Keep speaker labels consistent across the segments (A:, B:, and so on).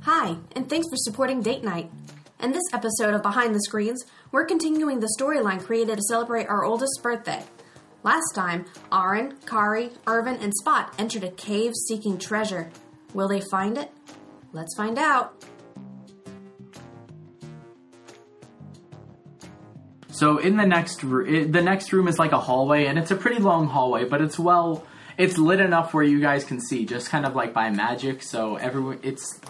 A: Hi, and thanks for supporting Date Night. In this episode of Behind the Screens, we're continuing the storyline created to celebrate our oldest birthday. Last time, Aaron, Kari, Irvin, and Spot entered a cave seeking treasure. Will they find it? Let's find out.
B: So in the next room, the next room is like a hallway, and it's a pretty long hallway, but it's well, it's lit enough where you guys can see, just kind of like by magic. So everyone, it's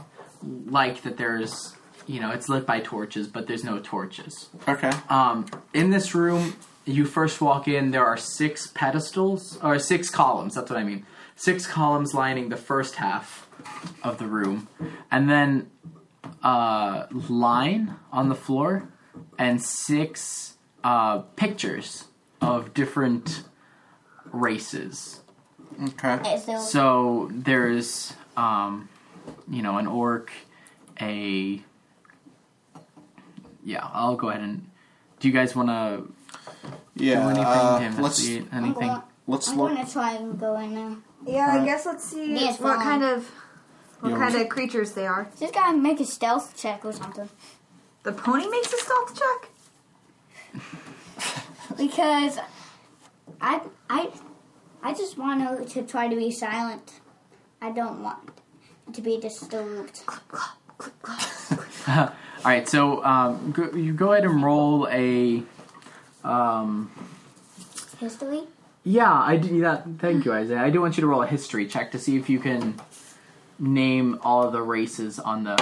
B: like that. There's, you know, it's lit by torches, but there's no torches.
C: Okay.
B: Um, in this room, you first walk in. There are six pedestals or six columns. That's what I mean. Six columns lining the first half of the room, and then uh, line on the floor, and six uh, pictures of different races.
C: okay.
D: So,
B: So there's, um, you know, an orc, a. Yeah, I'll go ahead and. Do you guys want to
C: Yeah.
B: do anything
C: uh,
B: to
C: let's
B: investigate anything?
D: Well,
C: let's
D: I'm
C: look.
D: gonna try and go in now.
E: Yeah,
C: Alright.
E: I guess let's see
D: Yes,
E: what
D: mom.
E: kind of what
C: Yeah,
E: kind
C: we-
E: of creatures they are.
D: Just gotta make a stealth check or something.
E: The pony makes a stealth check.
D: Because I I I just want to try to be silent. I don't want to be disturbed.
B: All right, so um, go, you go ahead and roll a. um,
D: History?
B: Yeah, I do that. Thank you, Isaiah. I do want you to roll a history check to see if you can name all of the races on the.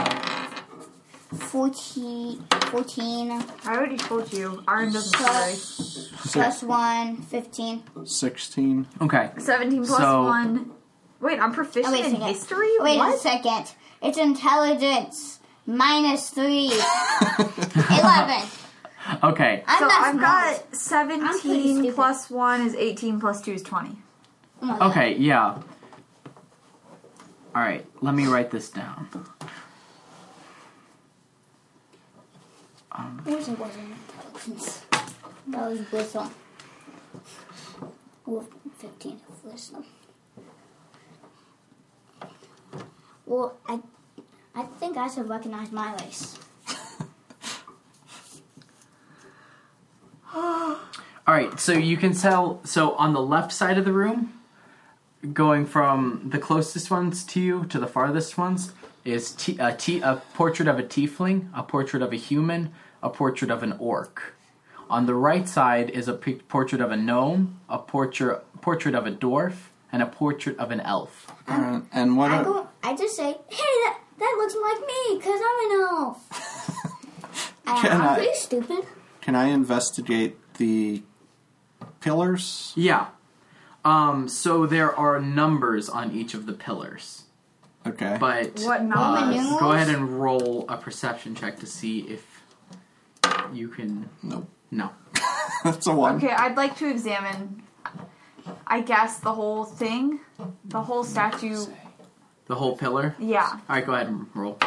D: 14, 14
E: I already told you, Iron doesn't play.
D: plus, plus 1, 15.
C: Sixteen.
B: Okay.
E: Seventeen plus
B: So-
E: one. Wait, I'm proficient
D: Wait a
E: in
D: second.
E: history.
D: Wait a
E: what?
D: second. It's intelligence. Minus 3. 11.
B: Okay.
D: I'm
E: So
D: not
E: I've
D: smart.
E: got
D: I'm pretty
E: seventeen
D: stupid.
E: plus one is eighteen plus two is twenty.
D: Oh my God.
B: Okay, yeah. All right, let me write this down.
D: Where's it wasn't intelligence? That was wisdom. Well, 15 of wisdom. Well, I, I think I should recognize my race.
B: All right, so you can tell. So on the left side of the room, going from the closest ones to you to the farthest ones, is t- a, t- a portrait of a tiefling, a portrait of a human, a portrait of an orc. On the right side is a pic portrait of a gnome, a portrait portrait of a dwarf, and a portrait of an elf.
C: Alright, uh, and what?
D: I
C: a-
D: go, I just say, hey, that, that looks like me, because I'm an elf. I,
C: Can
D: I'm
C: I-
D: pretty stupid.
C: Can I investigate the pillars?
B: Yeah. Um, so there are numbers on each of the pillars,
C: Okay.
B: but
E: What
B: Uh,
E: numbers?
D: Numerals?
B: go ahead and roll a perception check to see if you can.
C: Nope.
B: No.
C: That's a one.
E: Okay, I'd like to examine. I guess the whole thing, the whole statue.
B: The whole pillar?
E: Yeah,
B: Alright, go ahead and roll.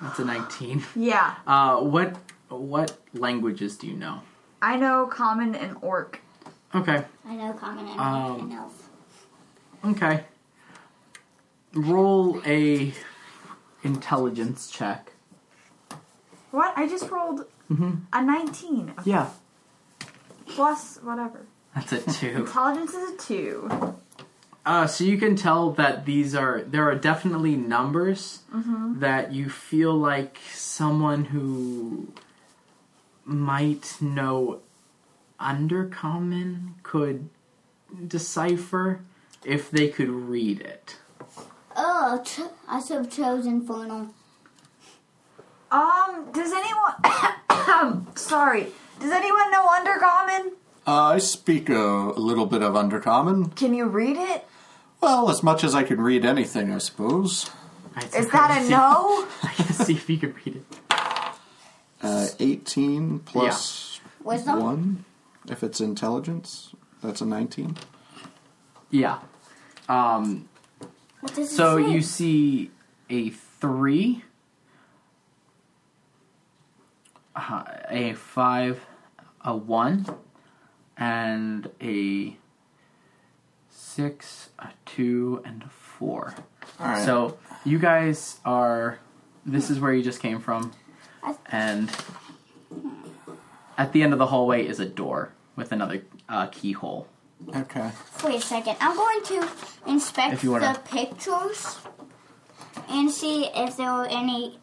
B: That's a 19.
E: yeah.
B: Uh, what what languages do you know?
E: I know common and orc.
B: Okay.
D: I know common and
B: Um,
D: an elf.
B: Okay. Roll a intelligence check. Mm-hmm.
E: What? I just rolled a nineteen
B: Yeah.
E: plus whatever.
B: That's a 2.
E: Intelligence is a two.
B: Uh, so you can tell that these are there are definitely numbers
E: Mm-hmm.
B: that you feel like someone who might know undercommon could decipher if they could read it.
D: Oh, ch- I should have chosen Infernal.
E: Um, does anyone. Sorry. Does anyone know Undercommon?
C: Uh, I speak a, a little bit of undercommon.
E: Can you read it?
C: Well, as much as I can read anything, I suppose.
B: Alright, so
E: Is that
B: let's
E: a
B: see-
E: no?
B: Let's see if you could read it.
C: Uh, Eighteen plus
D: Wisdom?
C: one. If it's intelligence, that's a nineteen.
B: Yeah. Um,
D: What does
B: so
D: it say?
B: you see a three, uh, a five, a one, and a six, a two, and a four.
C: All right.
B: So you guys are. This is where you just came from, and at the end of the hallway is a door with another uh, keyhole.
C: okay.
D: Wait a second. I'm going to inspect
B: If you wanna-
D: the pictures and see if there were any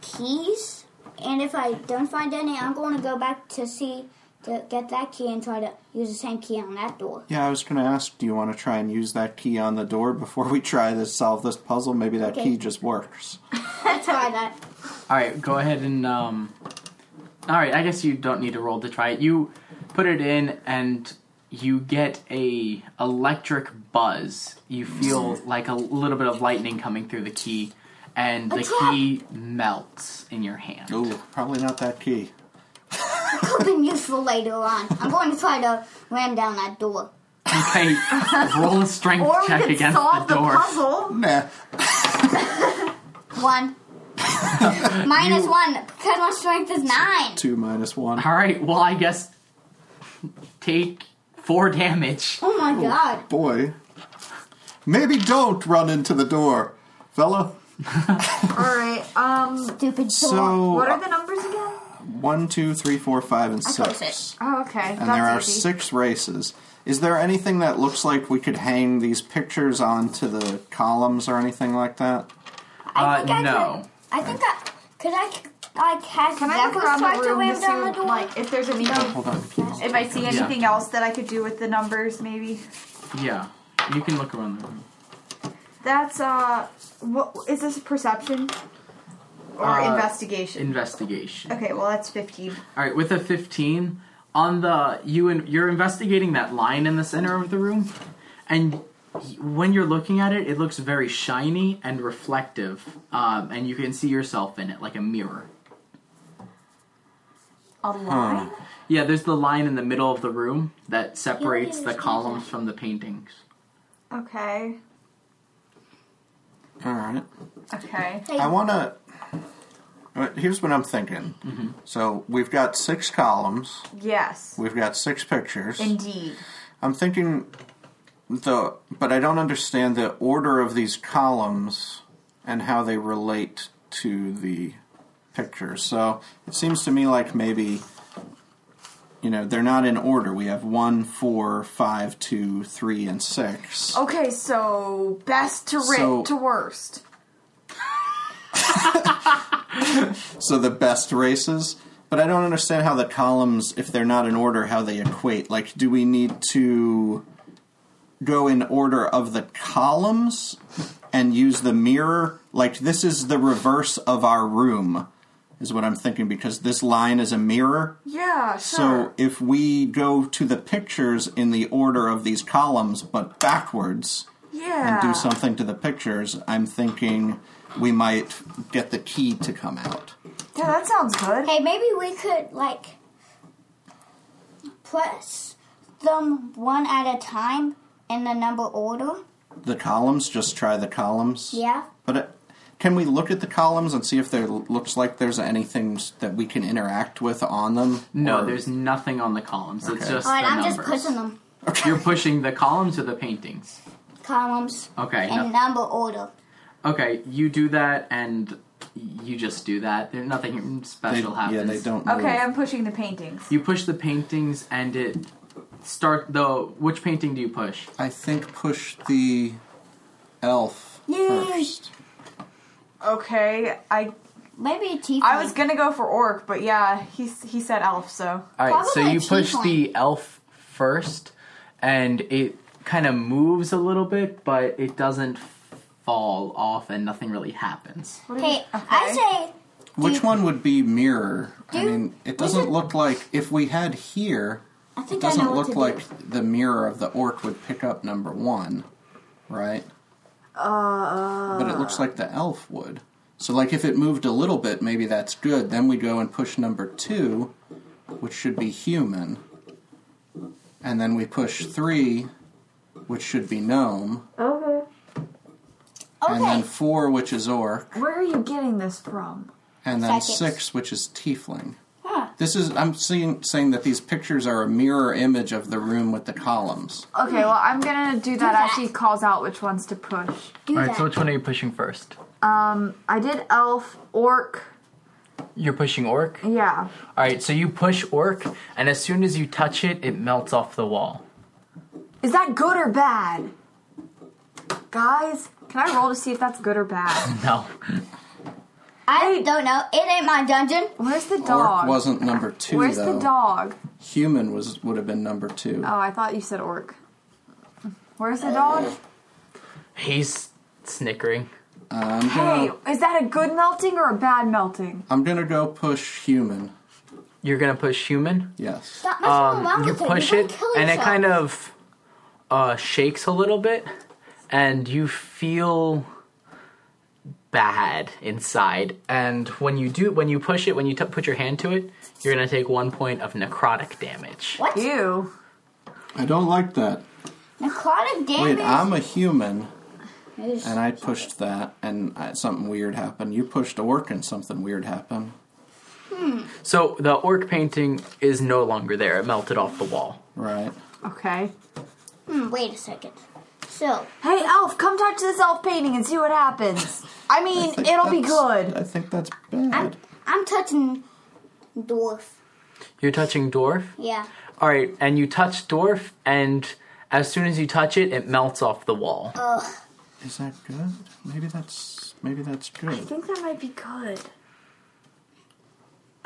D: keys. And if I don't find any, I'm going to go back to see to get that key and try to use the same key on that door.
C: Yeah, I was going to ask. Do you want to try and use that key on the door before we try to solve this puzzle? Maybe that
D: Okay.
C: key just works.
D: I'll try that.
B: All right, go ahead and um. All right, I guess you don't need to roll to try it. You put it in, and you get a electric buzz. You feel like a little bit of lightning coming through the key, and the key melts in your hand.
C: Ooh, probably not that key.
D: Could be useful later on. I'm going to try to ram down that door.
B: Okay, roll a strength
E: Or we
B: check
E: could
B: against
E: solve
B: the
E: the,
B: door.
E: puzzle.
C: Nah.
D: One. Minus
B: You-
D: one because my strength is nine.
C: Two minus one.
B: All right. Well, I guess take four damage.
D: Oh my god.
C: Boy. Maybe don't run into the door, fella.
E: All right. Um.
D: Stupid door.
C: So
E: What are the numbers again?
C: one, two, three, four, five, and
D: thought it was
C: six.
D: six.
E: Oh, okay.
C: and
E: That's
C: there are
E: easy.
C: six races. Is there anything that looks like we could hang these pictures onto the columns or anything like that?
D: I
B: Uh,
D: think I
B: no.
D: Could, I think I could I like has
E: Can I
D: Zephyrus
E: look around
D: tried
E: the
D: to
E: room to
D: ram down the
E: see,
D: door?
E: like, if there's any,
C: Hold on.
E: if I see anything else that I could do with the numbers, maybe?
B: Yeah, you can look around the room.
E: That's uh, what is this perception or
B: Uh,
E: investigation?
B: Investigation.
E: okay, well that's fifteen.
B: All right, with a 15 on the you and you're investigating that line in the center of the room and y- when you're looking at it, it looks very shiny and reflective, um, and you can see yourself in it like a mirror.
E: A line.
B: Yeah, there's the line in the middle of the room that separates the
D: understand
B: columns from the paintings.
E: Okay.
C: All right.
E: Okay.
C: I want to. Here's what I'm thinking. So we've got six columns.
E: Yes.
C: We've got six pictures.
E: Indeed.
C: I'm thinking the, but I don't understand the order of these columns and how they relate to the pictures. So it seems to me like maybe, you know, they're not in order. We have one, four, five, two, three, and six.
E: Okay, so best to ri-
C: So-
E: to worst.
C: So the best races. But I don't understand how the columns, if they're not in order, how they equate. Like, do we need to go in order of the columns and use the mirror? Like, this is the reverse of our room, is what I'm thinking, because this line is a mirror.
E: Yeah.
C: So
E: Sure.
C: if we go to the pictures in the order of these columns, but backwards,
E: yeah.
C: and do something to the pictures, I'm thinking we might get the key to come out.
E: Yeah, that sounds good.
D: Hey, maybe we could like press them one at a time in the number order.
C: the columns just try the columns
D: Yeah.
C: but uh can we look at the columns and see if there l- looks like there's anything s- that we can interact with on them
B: No,
C: Or-
B: there's nothing on the columns. It's
C: Okay.
B: just
D: All right,
B: the
D: I'm
B: numbers.
D: just pushing them
B: You're pushing the columns or the paintings.
D: columns
B: Okay.
D: in
B: no-
D: number order.
B: Okay, you do that, and you just do that. There, nothing
C: they,
B: special happens.
C: yeah they don't move.
E: Okay, I'm pushing the paintings.
B: You push the paintings, and it start though. Which painting do you push?
C: i think push the elf first
E: Okay, I
D: Maybe a teeth.
E: I was gonna go for orc, but yeah, he s- he said elf, so
B: All right, so
D: Probably
B: you
D: a
B: push
D: tiefling.
B: the elf first, and it kind of moves a little bit, but it doesn't fall off, and nothing really happens.
E: what do you-
D: Hey, I
C: which one would be mirror i
D: Do-
C: mean it doesn't
D: could-
C: look like if we had here
D: say I
C: it
D: think I know
C: doesn't
D: what to
C: look
D: do.
C: like the mirror of the orc would pick up number one right
E: Uh,
C: But it looks like the elf would. So, like, if it moved a little bit, maybe that's good. Then we go and push number two, which should be human. And then we push three, which should be gnome.
E: okay.
D: Okay.
C: And then four, which is orc.
E: Where are you getting this from?
C: And then
D: Psychics.
C: six, which is tiefling.
D: Huh.
C: This is I'm seeing, saying that these pictures are a mirror image of the room with the columns.
E: Okay, well, I'm gonna do that
D: that.
E: as she calls out which ones to push.
D: Do
B: All right,
D: that.
B: so which one are you pushing first?
E: Um, I did elf, orc.
B: You're pushing orc? All
E: Yeah.
B: right, so you push orc, and as soon as you touch it, it melts off the wall.
E: Is that good or bad? Guys, can I roll to see if that's good or bad?
B: No.
D: I don't know. It ain't my dungeon.
E: Where's the
C: Orc
E: dog?
C: wasn't number two
E: Where's
C: though.
E: the dog?
C: Human was would have been number two.
E: Oh, I thought you said orc. Where's the dog?
B: He's snickering.
C: I'm
E: Hey,
C: gonna
E: is that a good melting or a bad melting?
C: I'm gonna go push human.
B: You're gonna push human?
C: Yes.
D: Stop messing around
B: Um, you
D: with it.
B: push
D: You're
B: it,
D: gonna kill
B: and it
D: yourself.
B: kind of uh, shakes a little bit, and you feel bad inside. And when you do, when you push it, when you t- put your hand to it, you're gonna take one point of necrotic damage.
D: What?
E: Ew.
C: I don't like that.
D: Necrotic damage.
C: Wait, I'm a human
D: Is-
C: and I pushed that and I, something weird happened. You pushed orc and something weird happened.
B: So the orc painting is no longer there; it melted off the wall.
C: Right.
E: Okay.
D: Hmm, wait a second. So,
E: Hey, elf, come touch this elf painting and see what happens. I mean,
C: think
E: it'll be
C: that's-
E: good.
C: I think that's bad.
D: I'm I'm touching dwarf.
B: You're touching dwarf.
D: Yeah.
B: All right, and you touch dwarf, and as soon as you touch it, it melts off the wall.
D: Uh.
C: Is that good? Maybe that's maybe that's
E: I
C: good.
E: think that might be good.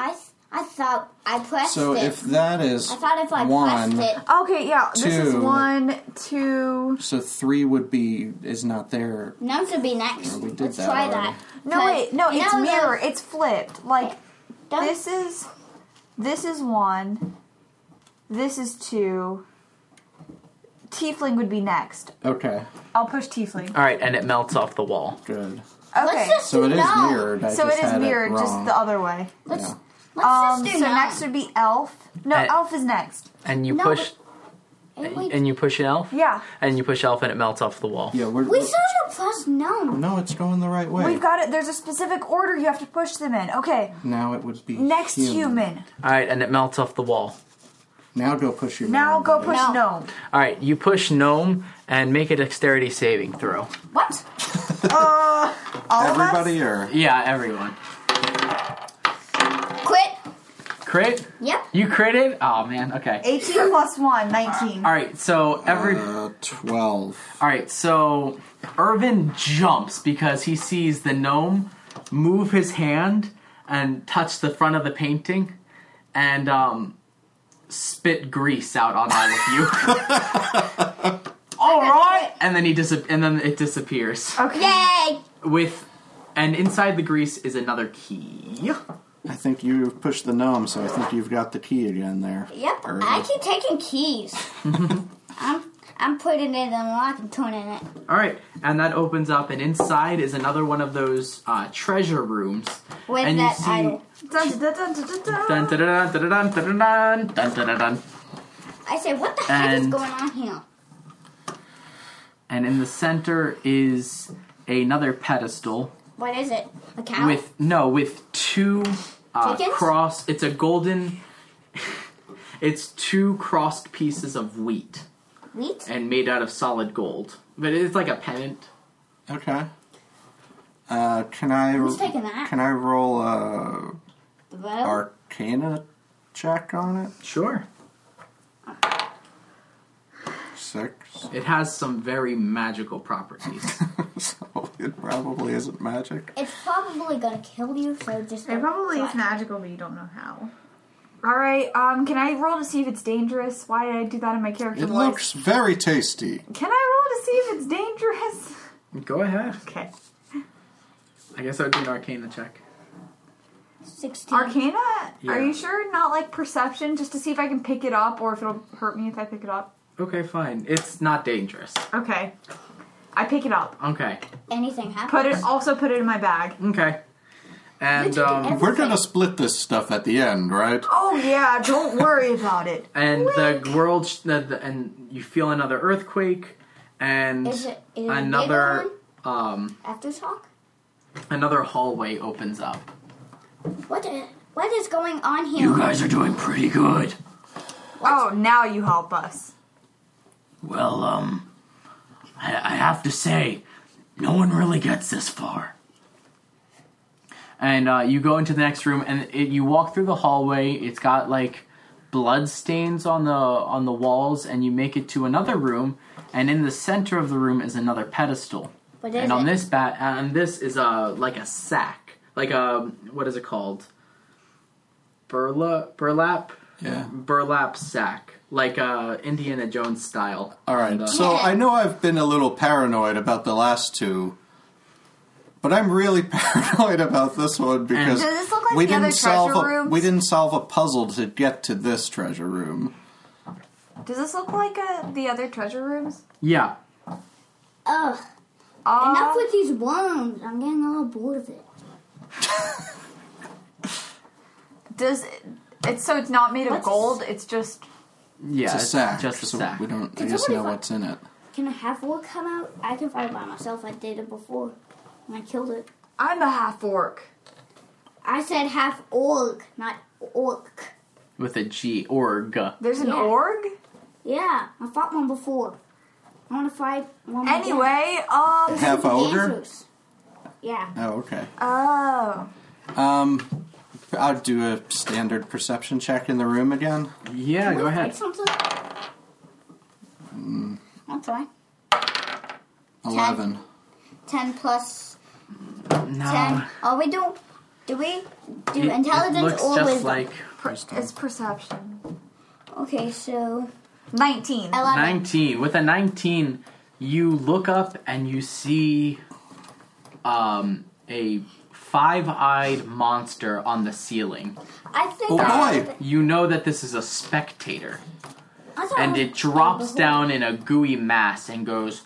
D: I th- I thought I pressed
C: So
D: it.
C: if that is
D: I thought if I
C: one,
D: pressed it,
E: Okay, yeah, this is
C: Two.
E: one, two.
C: so three would be is not there.
D: none should be next.
C: we did
D: Let's
C: that
D: try
C: already.
D: that.
E: No, wait, no, it's
D: No, no.
E: mirror. It's flipped. Like,
D: Don't-
E: this is this is one this is two tiefling would be next
C: Okay,
E: i'll push tiefling
C: Uh,
B: All right, and it melts off the wall.
C: good.
E: okay
D: Let's just
C: So it
D: do
C: is
D: nine.
C: mirrored. I
E: so
C: just
E: it is
C: had
E: mirrored just
C: wrong.
E: the other way
D: Let's,
C: Yeah.
D: let's
E: um
D: just do
E: so
D: nine.
E: next would be elf no
C: Eh.
B: Uh,
E: elf is next
B: And you
D: No,
B: push,
D: Hey, wait,
B: and you push an elf.
E: yeah
B: and you push elf and it melts off the wall.
C: Yeah, we're,
D: we still should press no.
C: no, it's going the right way.
E: we've got it there's a specific order you have to push them in okay
C: now it would be
E: next human,
B: All right, and it melts off the wall.
C: Now go push your.
E: now
C: man
E: go
C: button.
E: push
D: No.
E: gnome
B: All right, you push gnome and make a dexterity saving throw.
E: what uh all of us?
C: Everybody or
B: Yeah, everyone.
D: Quit.
B: Crit?
D: Yep.
B: You critted? Oh man. Okay.
E: 18 plus 1 19
B: All right, so every
C: uh, twelve.
B: All right, so Irvin jumps because he sees the gnome move his hand and touch the front of the painting and um, spit grease out on all of you. all right, and then he dis- and then it disappears
E: okay
D: Yay!
B: with and inside the grease is another key.
C: I think you pushed the gnome, so I think you've got the key again there.
D: Yep.
C: Or-
D: I keep taking keys. I'm I'm putting it in the lock and turning it.
B: All right, and that opens up and inside is another one of those uh, treasure rooms.
D: With
B: and
D: that idol.
E: Dun, dun, dun, dun, dun, dun.
B: Dun, dun, dun, dun, dun, dun, dun, dun, dun, dun, dun.
D: I say, what the heck is
B: And-
D: going on here?
B: And in the center is another pedestal
D: What is it? A cow?
B: with no with two uh,
D: Chickens?
B: cross. It's a golden. it's two crossed pieces of wheat
D: Wheat?
B: and made out of solid gold, but it's like a pennant.
C: Okay. Uh, can I?
D: Who's taking that?
C: Can I roll a
D: The road?
C: Arcana check on it?
B: Sure.
C: Six.
B: It has some very magical properties.
C: so it probably isn't magic.
D: It's probably gonna kill you, so just.
E: It probably is magical, but you don't know how. All right. Um, can I roll to see if it's dangerous? Why did I do that in my character
C: It
E: voice?
C: looks very tasty.
E: Can I roll to see if it's dangerous?
B: Go ahead.
E: Okay.
B: I guess I would do an arcana check.
D: 16.
E: Arcana.
B: Yeah.
E: Are you sure? Not like perception, just to see if I can pick it up or if it'll hurt me if I pick it up.
B: Okay, fine. It's not dangerous.
E: Okay. I pick it up.
B: Okay.
D: Anything happens.
E: Put it. Also put it in my bag.
B: Okay. And
D: You took
B: um,
D: every-
C: We're gonna split this stuff at the end, right?
E: Oh yeah. Don't worry about it.
B: and the world sh- the, the, and you feel another earthquake and
D: Is it- is it a
B: another um
D: After talk?
B: another hallway opens up
D: What, the- what What is going on here?
B: You guys are doing pretty good.
E: Oh, now you help us.
B: Well, um, I, I have to say, no one really gets this far. And uh, you go into the next room, and it, you walk through the hallway. It's got like blood stains on the on the walls, and you make it to another room. And in the center of the room is another pedestal.
D: What is
B: and on
D: it?
B: this bat, and this is a like a sack, like a what is it called? Burla burlap
C: Yeah.
B: burlap sack, like uh, Indiana Jones style.
C: All right.
B: And, uh,
C: So
D: Yeah.
C: I know I've been a little paranoid about the last two, but I'm really paranoid about this one because
E: Does this look like
C: we
E: the other
C: didn't solve
E: treasure
C: a,
E: rooms?
C: we didn't solve a puzzle to get to this treasure room.
E: Does this look like uh, the other treasure rooms?
B: yeah,
D: Ugh.
E: Uh,
D: Enough with these worms. I'm getting all bored of it.
E: does it, it's so it's not made of
D: What's-
E: gold. It's just
B: yeah,
C: It's a sack.
B: just a
C: so
B: sack.
C: We don't I
D: Did
C: just
D: somebody
C: know
D: fi-
C: what's in it.
D: Can I have one come out? I can fight by myself. I did it before. And I killed it.
E: I'm a half orc.
D: I said half orc, not orc.
B: With a G org.
E: There's an
D: Yeah.
E: org.
D: Yeah, I fought one before. I want to fight one more again.
E: Anyway, um,
D: Let's
C: Half
D: see the
C: ogre?
D: answers. Yeah.
C: Oh, okay.
E: oh,
C: Um, I'll do a standard perception check in the room again.
B: Yeah, go
D: Wanna
B: ahead. Hmm.
D: fight Something? I'll try.
C: Eleven.
D: Ten plus ten.
B: No,
D: Are we do? Do we do
B: Uh, it, it
D: intelligence
B: looks
D: or
B: just
D: wisdom?
B: like
E: per- it's perception.
D: okay, so
E: Nineteen.
D: eleven.
B: 19. With a 19, you look up and you see um, a five-eyed monster on the ceiling.
D: I think.
C: Oh,
D: I,
C: boy.
B: You know that this is a spectator,
D: I thought
B: and
D: I-
B: it
C: Oh,
B: drops
D: Behold.
B: down in a gooey mass and goes.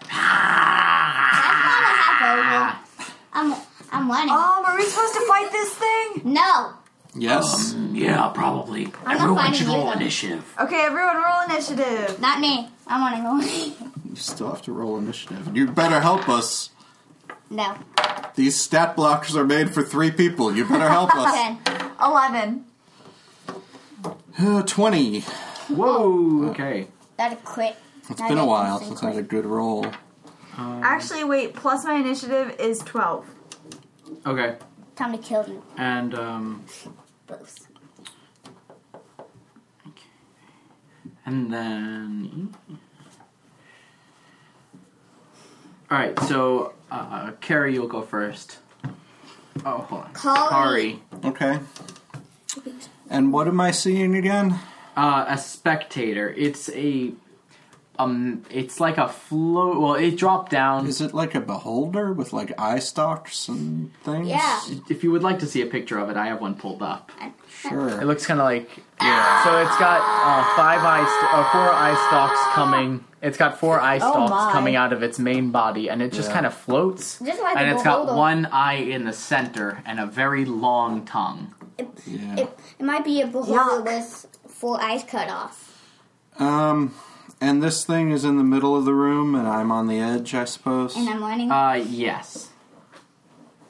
D: That's not a
B: Ah.
D: half ogre. I'm I'm running.
E: Um, are we supposed to fight this thing?
D: No,
E: Um,
C: Yes.
B: Yeah, probably.
D: not Everyone should fighting you, roll though.
B: initiative.
E: Okay, everyone, roll initiative.
D: not me. I'm running away.
C: you still have to roll initiative. You better help us.
D: no.
C: These stat blockers are made for three people. You better help us.
D: Ten.
E: Eleven.
C: Uh, Twenty.
B: Whoa. Okay.
D: That a crit.
C: It's been a while since I had a good roll.
E: Actually, wait. Plus my initiative is twelve.
B: Okay.
D: Time to kill you
B: And um,
D: both.
B: and then. All right. So, uh, Carrie, you'll go first. Oh, hold on.
D: Kari.
B: Kari.
C: Okay. And what am I seeing again?
B: Uh, a spectator. It's a. Um, it's like a float. Well, it dropped down.
C: Is it like a beholder with like eye stalks and things?
D: Yeah.
B: If you would like to see a picture of it, I have one pulled up. It
C: Sure.
B: looks kind of like yeah. So it's got uh, five eye, st- uh, four eye stalks coming. It's got four
D: Oh
B: eye stalks
E: my.
B: coming out of its main body, and it just
C: Yeah.
B: kind of floats.
D: Just like
B: and
D: a
B: it's got
D: beholder.
B: one eye in the center and a very long tongue.
C: Yeah.
D: It, it might be a beholder
E: Yuck.
D: with full eyes cut off.
C: Um, and this thing is in the middle of the room, and I'm on the edge, I suppose.
D: And I'm running.
B: Uh, yes.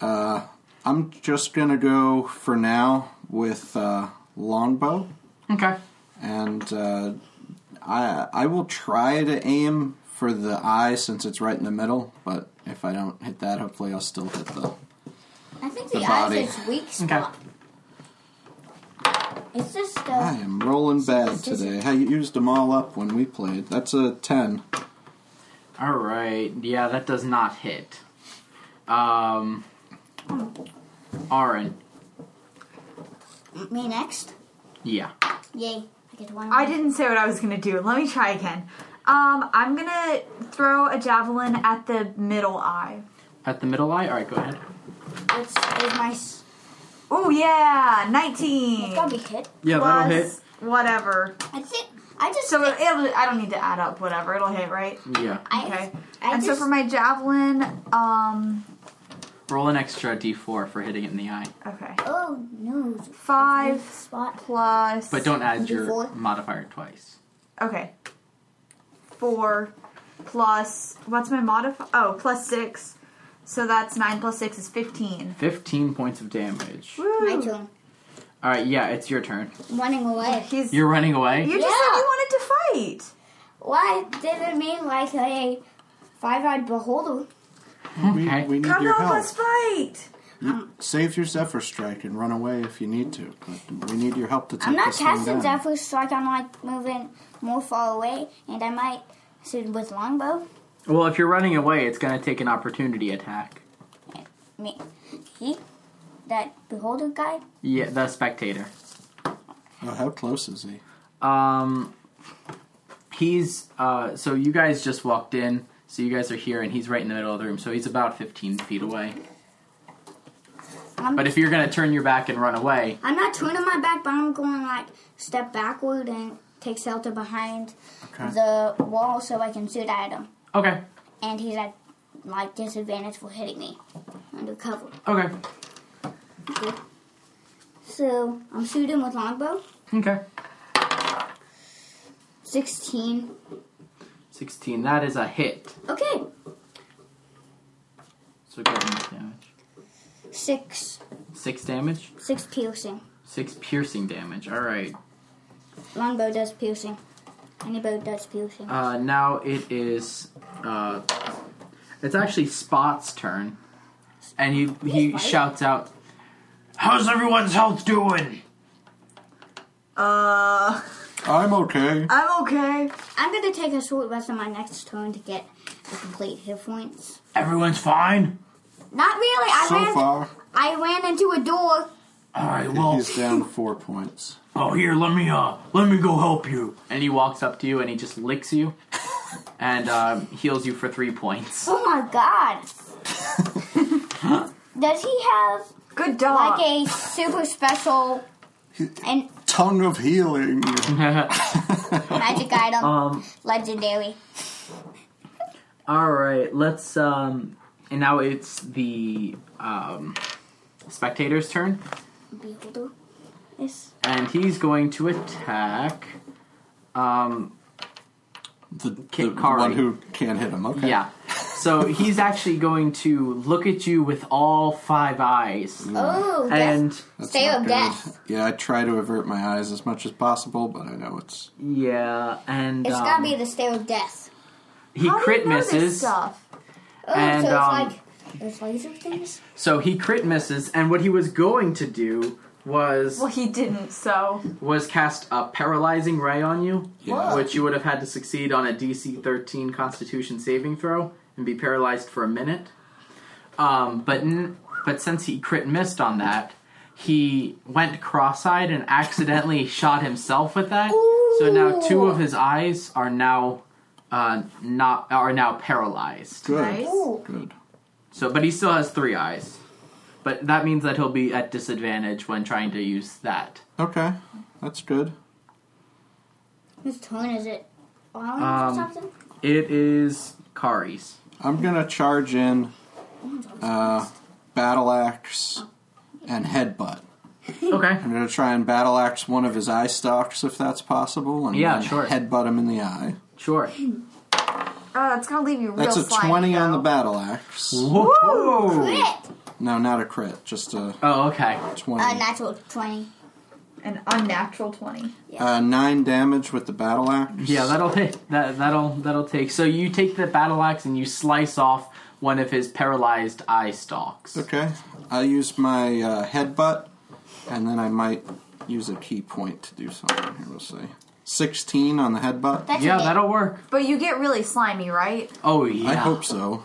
C: Uh, I'm just gonna go for now with uh, longbow,
B: Okay.
C: and uh, I I will try to aim for the eye since it's right in the middle. But if I don't hit that, hopefully I'll still hit the.
D: I think the,
C: the
D: eyes
C: body.
D: is weak spot. It's just uh,
C: I am rolling bad today. I used them all up when we played. That's a ten.
B: All right. Yeah, that does not hit. Um, Aaron.
D: me next.
B: Yeah.
D: Yay! I get one.
E: I didn't say what I was gonna do. Let me try again. Um, I'm gonna throw a javelin at the middle eye.
B: At the middle eye. All right. Go ahead.
D: It's, it's my. s-
E: Oh yeah, nineteen.
D: It's gotta be hit.
B: Yeah,
E: Plus whatever.
D: I think I just.
E: So
D: think-
E: it'll, I don't need to add up whatever. It'll hit, right?
B: Yeah.
D: I,
E: Okay.
D: I
E: and
D: just,
E: so for my javelin, um,
B: Roll an extra d4 for hitting it in the eye.
E: okay,
D: Oh no! it's a
E: Five.
D: weak spot.
E: plus.
B: But don't add your
D: D4?
B: modifier twice.
E: Okay. Four plus what's my modify? Oh, plus six. So that's nine plus six is fifteen.
B: 15 points of damage.
E: Woo!
D: My turn.
B: All right, yeah, it's your turn.
D: running away.
E: He's.
B: You're running away.
E: you just said
D: Yeah.
E: you wanted to fight.
D: Why didn't mean like a five-eyed beholder?
B: Okay.
C: We, we need
E: Come
C: your
E: on,
C: help.
E: let's fight.
C: You- save your Zephyr Strike and run away if you need to. But we need your help to take
D: I'm not
C: this thing
D: casting
C: down.
D: Zephyr Strike. I'm like moving more far away, and I might shoot with longbow.
B: Well, if you're running away, it's going to take an opportunity attack.
D: Me, he, that beholder guy.
B: Yeah, the spectator.
C: Oh, how close is he?
B: Um, he's uh, so you guys just walked in, so you guys are here, and he's right in the middle of the room, so he's about 15 feet away.
D: I'm,
B: But if you're going to turn your back and run away,
D: I'm not turning my back, but I'm going like step backward and take shelter behind
C: Okay.
D: the wall so I can shoot at him.
B: okay,
D: And he's at like disadvantage for hitting me under cover.
B: okay,
D: So I'm shooting with longbow.
B: okay.
D: 16.
B: 16. That is a hit.
D: Okay.
B: So go ahead and make damage.
D: Six.
B: Six damage.
D: Six piercing.
B: Six piercing damage. All right.
D: Longbow does piercing. Any bow does piercing.
B: Uh, now it is. Uh, it's actually Spot's turn, and he he shouts out, "How's everyone's health doing?"
E: Uh,
C: I'm okay.
E: I'm okay.
D: I'm gonna take a short rest on my next turn to get the complete hit points.
B: Everyone's fine.
D: Not really. I
C: so
D: ran.
C: far,
D: I ran into a door.
B: All right. Well.
C: he's down four points.
B: Oh, here. Let me uh. Let me go help you. And he walks up to you and he just licks you, and um, heals you for three points.
D: Oh my god. does he have
E: Good dog.
D: like a super special and
C: Tongue of healing.
D: magic item?
B: um.
D: Legendary.
B: All right, let's. um And now it's the um, spectator's turn,
D: Beholder. Yes.
B: and he's going to attack. Um,
C: The,
B: Kit
C: the, the
B: Kari.
C: one who can't hit him. Okay.
B: yeah. So he's actually going to look at you with all five eyes,
D: Oh,
B: Hmm. and
C: That's
D: Stay
C: not
D: of
C: good.
D: death.
C: Yeah, I try to avert my eyes as much as possible, but I know it's.
B: yeah, and
D: It's
B: um,
D: gotta be the stare of death.
B: he
E: How do
B: crit
E: you know this
B: misses.
E: stuff?
D: Oh,
B: And,
D: so it's
B: um,
D: like those laser things.
B: So he crit misses, and what he was going to do was
E: Well, he didn't, so.
B: was cast a paralyzing ray on you,
C: Yeah.
B: which you would have had to succeed on a DC 13 Constitution saving throw and be paralyzed for a minute. Um, but n- but since he crit missed on that, he went cross-eyed and accidentally shot himself with that. So now two of his eyes are now uh, not are now paralyzed.
C: Good.
E: Nice.
D: Ooh.
C: Good.
B: So, but he still has three eyes. But that means that he'll be at disadvantage when trying to use that.
C: Okay. That's good.
D: Whose turn is it? Orange or
B: Um,
D: something?
B: It is Kari's.
C: I'm gonna charge in, uh, battle axe, and headbutt.
B: Okay.
C: I'm gonna try and battle axe one of his eye stalks if that's possible, and
B: Yeah,
C: then
B: sure.
C: headbutt him in the eye.
B: Sure.
E: Oh, it's gonna leave you real
C: That's a
E: slimy,
C: twenty on
E: though.
C: the battle axe.
B: Whoa!
D: Crit!
C: No, not a crit, just a
B: Oh, okay.
C: twenty.
D: Uh, natural 20.
E: An unnatural 20.
C: Uh, nine damage with the battle axe.
B: Yeah, that'll hit. That that'll that'll take. So you take the battle axe and you slice off one of his paralyzed eye stalks.
C: Okay. I'll use my uh, headbutt, and then I might use a key point to do something here. We'll see. 16 on the headbutt.
D: That's
B: Yeah,
D: a hit.
B: that'll work.
E: But you get really slimy, right?
B: Oh yeah.
C: I hope so.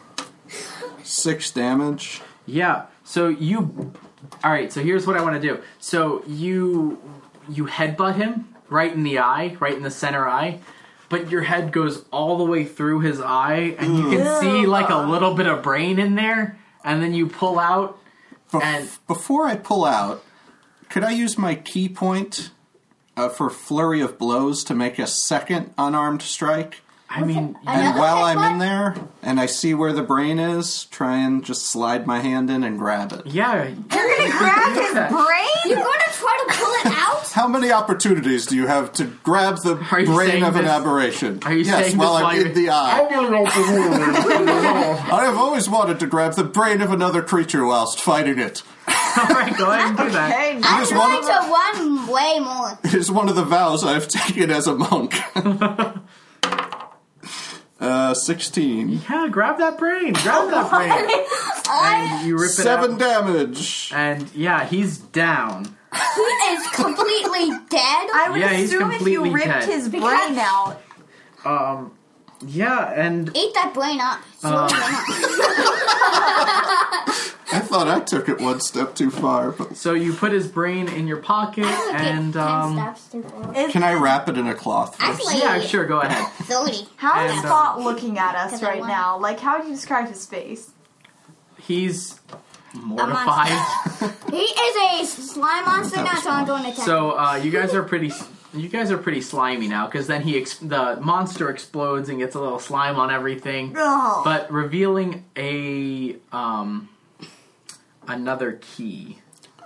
C: Six damage.
B: Yeah. So you. All right. So here's what I want to do. So you you headbutt him right in the eye, right in the center eye, but your head goes all the way through his eye, and you can see like a little bit of brain in there, and then you pull out.
C: Bef-
B: And-
C: before I pull out, could I use my key point uh, for flurry of blows to make a second unarmed strike?
B: I mean,
C: And
D: Another
C: while I'm
D: headbutt?
C: in there and I see where the brain is, try and just slide my hand in and grab it.
B: yeah.
E: You're gonna grab his
B: Yeah.
E: brain?
D: You're gonna try to pull it out?
C: How many opportunities do you have to grab the
B: Are you
C: brain
B: saying
C: of an
B: this-
C: aberration?
B: Are you
C: yes,
B: saying
C: while
B: this
C: I'm
B: while
C: in
B: you're- Oh.
C: the eye.
B: I
C: I have always wanted to grab the brain of another creature whilst fighting it.
B: All right, go ahead and do that.
E: Okay.
C: It
D: I'm
C: is one
D: going
C: of the,
D: to one way more.
C: it is one of the vows I've taken as a monk. uh, 16.
B: Yeah, grab that brain. Grab that brain. and you rip it
C: Seven
B: out.
C: damage.
B: and yeah, he's down.
D: He is completely dead.
E: I would
B: Yeah, he's
E: assume if you
B: completely
E: ripped
B: dead.
E: his brain out,
B: Um, yeah, and
D: Eat that brain up.
B: Uh,
D: Swallow it up.
C: I thought I took it one step too far, but
B: so you put his brain in your pocket,
D: I would get
B: and
D: 10
B: um,
D: steps to walk.
E: is
C: can I wrap it in a cloth? first?
D: Actually,
B: yeah, sure, go ahead.
D: 30.
E: how is
B: And, uh,
E: Spot looking at us
D: 'cause I
E: right
D: wanna-
E: now? Like, how do you describe his face?
B: He's mortified.
D: He is a slime monster now, so I'm going to attack.
B: So uh, you guys are pretty. You guys are pretty slimy now, because then he ex- the monster explodes and gets a little slime on everything,
E: Oh,
B: but revealing a um another key.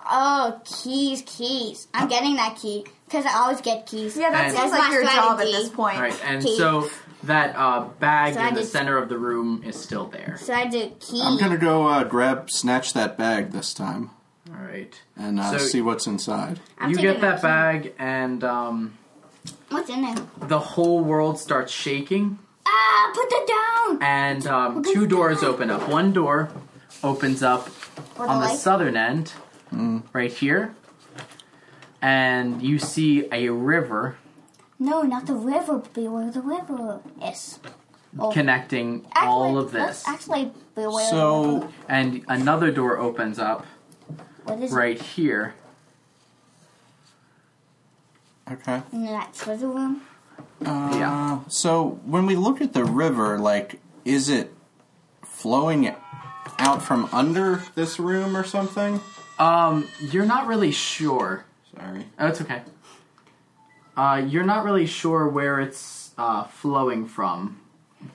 D: oh, keys, keys. I'm getting that key because I always get keys.
E: yeah, that
B: and-
E: seems
D: That's
E: like
D: my
E: your job at
D: strategy.
E: this point.
B: All right, and
D: Key.
B: so that uh, bag
D: So I
B: in the
D: just-
B: center of the room is still there.
D: So I do key.
C: I'm gonna go uh, grab, snatch that bag this time,
B: All right,
C: and uh,
B: So-
C: see what's inside.
D: I'm
B: you
D: taking
B: get that
D: action.
B: bag, and um,
D: What's in there?
B: the whole world starts shaking,
D: Ah, put that down.
B: and um,
D: What is
B: two doors
D: that?
B: open up. One door opens up
D: Or
B: on the
D: light.
B: southern end, right here, and you see a river
D: No, not the river. Beware the river. Yes. Oh.
B: connecting
D: Actually,
B: all of this.
D: let's Actually, beware. the river.
C: So
B: And another door opens up
D: what is
B: right here.
C: okay.
D: It? No, that's for the room.
B: Yeah.
C: Uh, So when we look at the river, like, is it flowing out from under this room or something?
B: Um, you're not really sure.
C: Sorry.
B: Oh, it's okay. Uh, you're not really sure where it's uh, flowing from,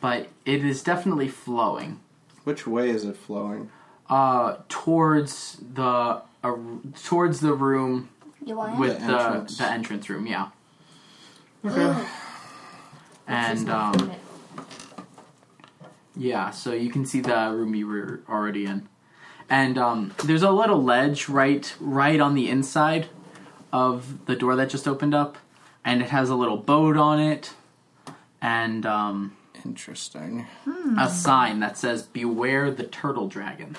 B: but it is definitely flowing
C: Which way is it flowing?
B: uh, towards the uh, towards the room
D: You want
B: with
C: The
B: the
C: entrance.
B: the entrance room. Yeah,
C: Okay.
B: and um, yeah, so you can see the room you were already in, and um, there's a little ledge right right on the inside of the door that just opened up, and it has a little boat on it, and um.
C: Interesting.
B: a sign that says "Beware the turtle dragon."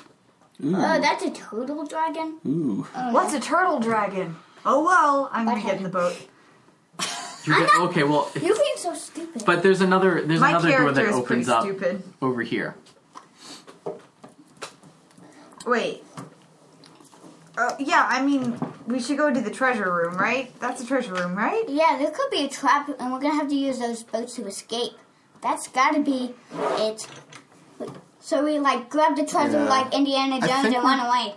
C: Ooh.
D: Oh, that's a turtle dragon.
B: Hmm.
C: Ooh.
E: What's a turtle dragon? Oh well, I'm gonna
D: Okay.
E: get in the boat.
B: You get- okay, well,
D: You're being so stupid.
B: but there's another there's
E: My
B: another door that
E: character is
B: opens
E: pretty
B: up
E: stupid.
B: over here.
E: Wait. Uh, yeah, I mean, we should go to the treasure room, right? That's the treasure room, right?
D: yeah, there could be a trap, and we're gonna have to use those boats to escape. That's gotta be it. So we like grab the treasure
C: Yeah.
D: like Indiana Jones
C: think
D: and
C: we-
D: run away.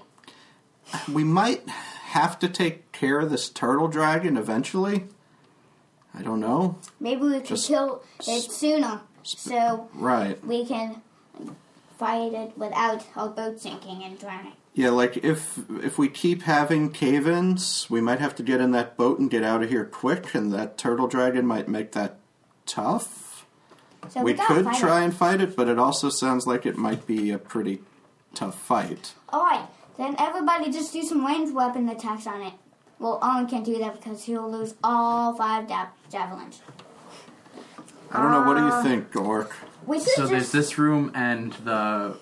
C: We might have to take care of this turtle dragon eventually. I don't know.
D: Maybe we could
C: Just
D: kill it sooner, so
C: Right.
D: we can fight it without our boat sinking and drowning.
C: Yeah, like if if we keep having cave-ins, we might have to get in that boat and get out of here quick, and that turtle dragon might make that tough.
D: So
C: we
D: gotta
C: could
D: fight it.
C: try and fight it, but it also sounds like it might be a pretty tough fight.
D: All right, then everybody just do some ranged weapon attacks on it. Well, Owen can't do that because he'll lose all five da- javelins.
C: I don't know. What do
E: Uh.
C: you think, Gork?
D: We should
B: So there's
D: just
B: this room and the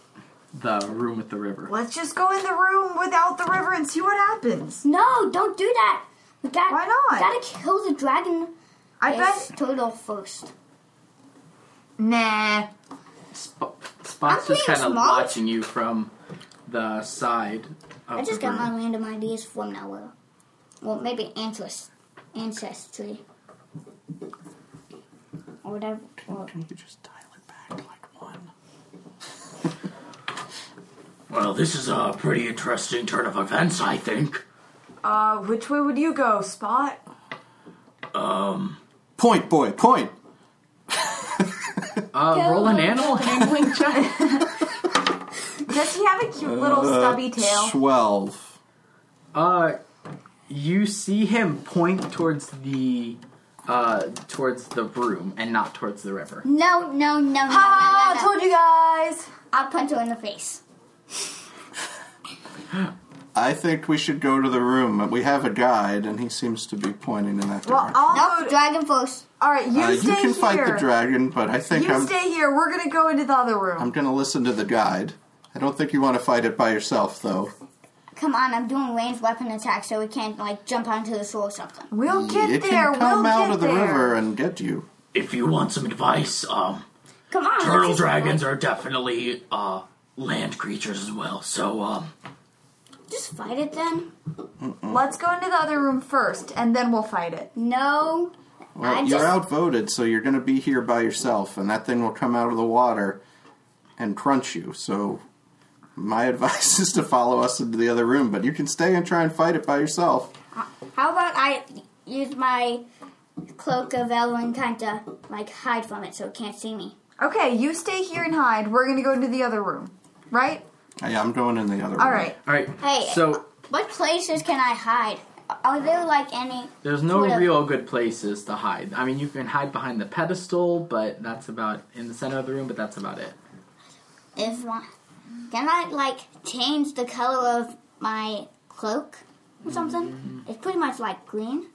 B: the room with the river.
E: Let's just go in the room without the river and see what happens.
D: no, don't do that. We got.
E: Why not?
D: We gotta kill the dragon.
E: I
D: It's
E: bet.
D: turtle first.
E: Nah.
B: Sp- Spot's
D: I'm
B: just
D: being
B: kind of
D: smart.
B: watching you from the side. Of
D: I just
B: the
D: got
B: room.
D: my random ideas from nowhere. Well, maybe ancest- ancestry or whatever. Or,
C: Can you just dial it back like one?
B: Well, this is a pretty interesting turn of events, I think.
E: Uh, which way would you go, Spot?
C: Point, boy, point.
B: Uh, roll an animal handling check.
E: Does he have a cute little
C: Uh,
E: stubby tail?
C: Twelve.
B: Uh, you see him point towards the uh towards the room and not towards the river.
D: no, no, no, no,
E: Ah,
D: no, no, no.
E: told you guys.
D: I'll punch her in the face.
C: I think we should go to the room. We have a guide, and he seems to be pointing in that
E: Well,
C: direction.
E: I'll
D: Nope,
E: go.
D: dragon first.
E: All right, you
C: Uh,
E: stay
C: you can
E: here.
C: fight the dragon, but I think
E: You
C: I'm
E: stay here. We're gonna go into the other room.
C: I'm going to listen to the guide. I don't think you want to fight it by yourself, though.
D: Come on, I'm doing ranged weapon attack, so we can't like jump onto the floor or something.
E: we'll get
C: it
E: there.
C: can come
E: we'll
C: out
E: get
C: of the
E: there.
C: river and get you.
F: If you want some advice, um,
D: Come on. let's
F: turtle
D: just-
F: dragons are definitely uh land creatures as well. So um,
D: Just fight it then.
E: Let's go into the other room first, and then we'll fight it.
D: No.
C: Well,
D: I
C: you're
D: just-
C: outvoted, so you're going to be here by yourself, and that thing will come out of the water and crunch you. So, my advice is to follow us into the other room, but you can stay and try and fight it by yourself.
D: How about I use my cloak of Elwyn kind of like hide from it so it can't see me?
E: Okay, you stay here and hide. We're gonna go into the other room, right?
C: Yeah, I'm going in the other room.
E: All right.
B: All right.
D: Hey.
B: So
D: What places can I hide? Are there like any?
B: there's no
D: Sort of.
B: real good places to hide. I mean, you can hide behind the pedestal, but that's about in the center of the room. But that's about it.
D: If my, can I like change the color of my cloak or something? It's pretty much like green.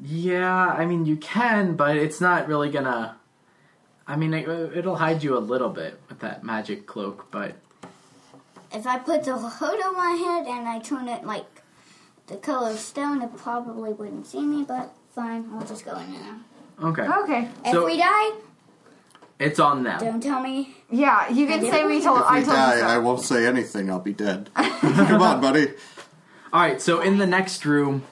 B: Yeah, I mean you can, but it's not really gonna. I mean, it, it'll hide you a little bit with that magic cloak, but
D: If I put the hood on my head and I turn it like the color of stone, it probably wouldn't see me. But fine, I'll just go in there.
B: okay,
E: Okay.
D: if
B: So-
D: we die,
B: it's on them.
D: don't tell me
E: Yeah, you can say we told.
C: If
E: I
C: we
E: told
C: die,
E: you so.
C: I won't say anything. I'll be dead. Come on, buddy.
B: All right, so in the next room,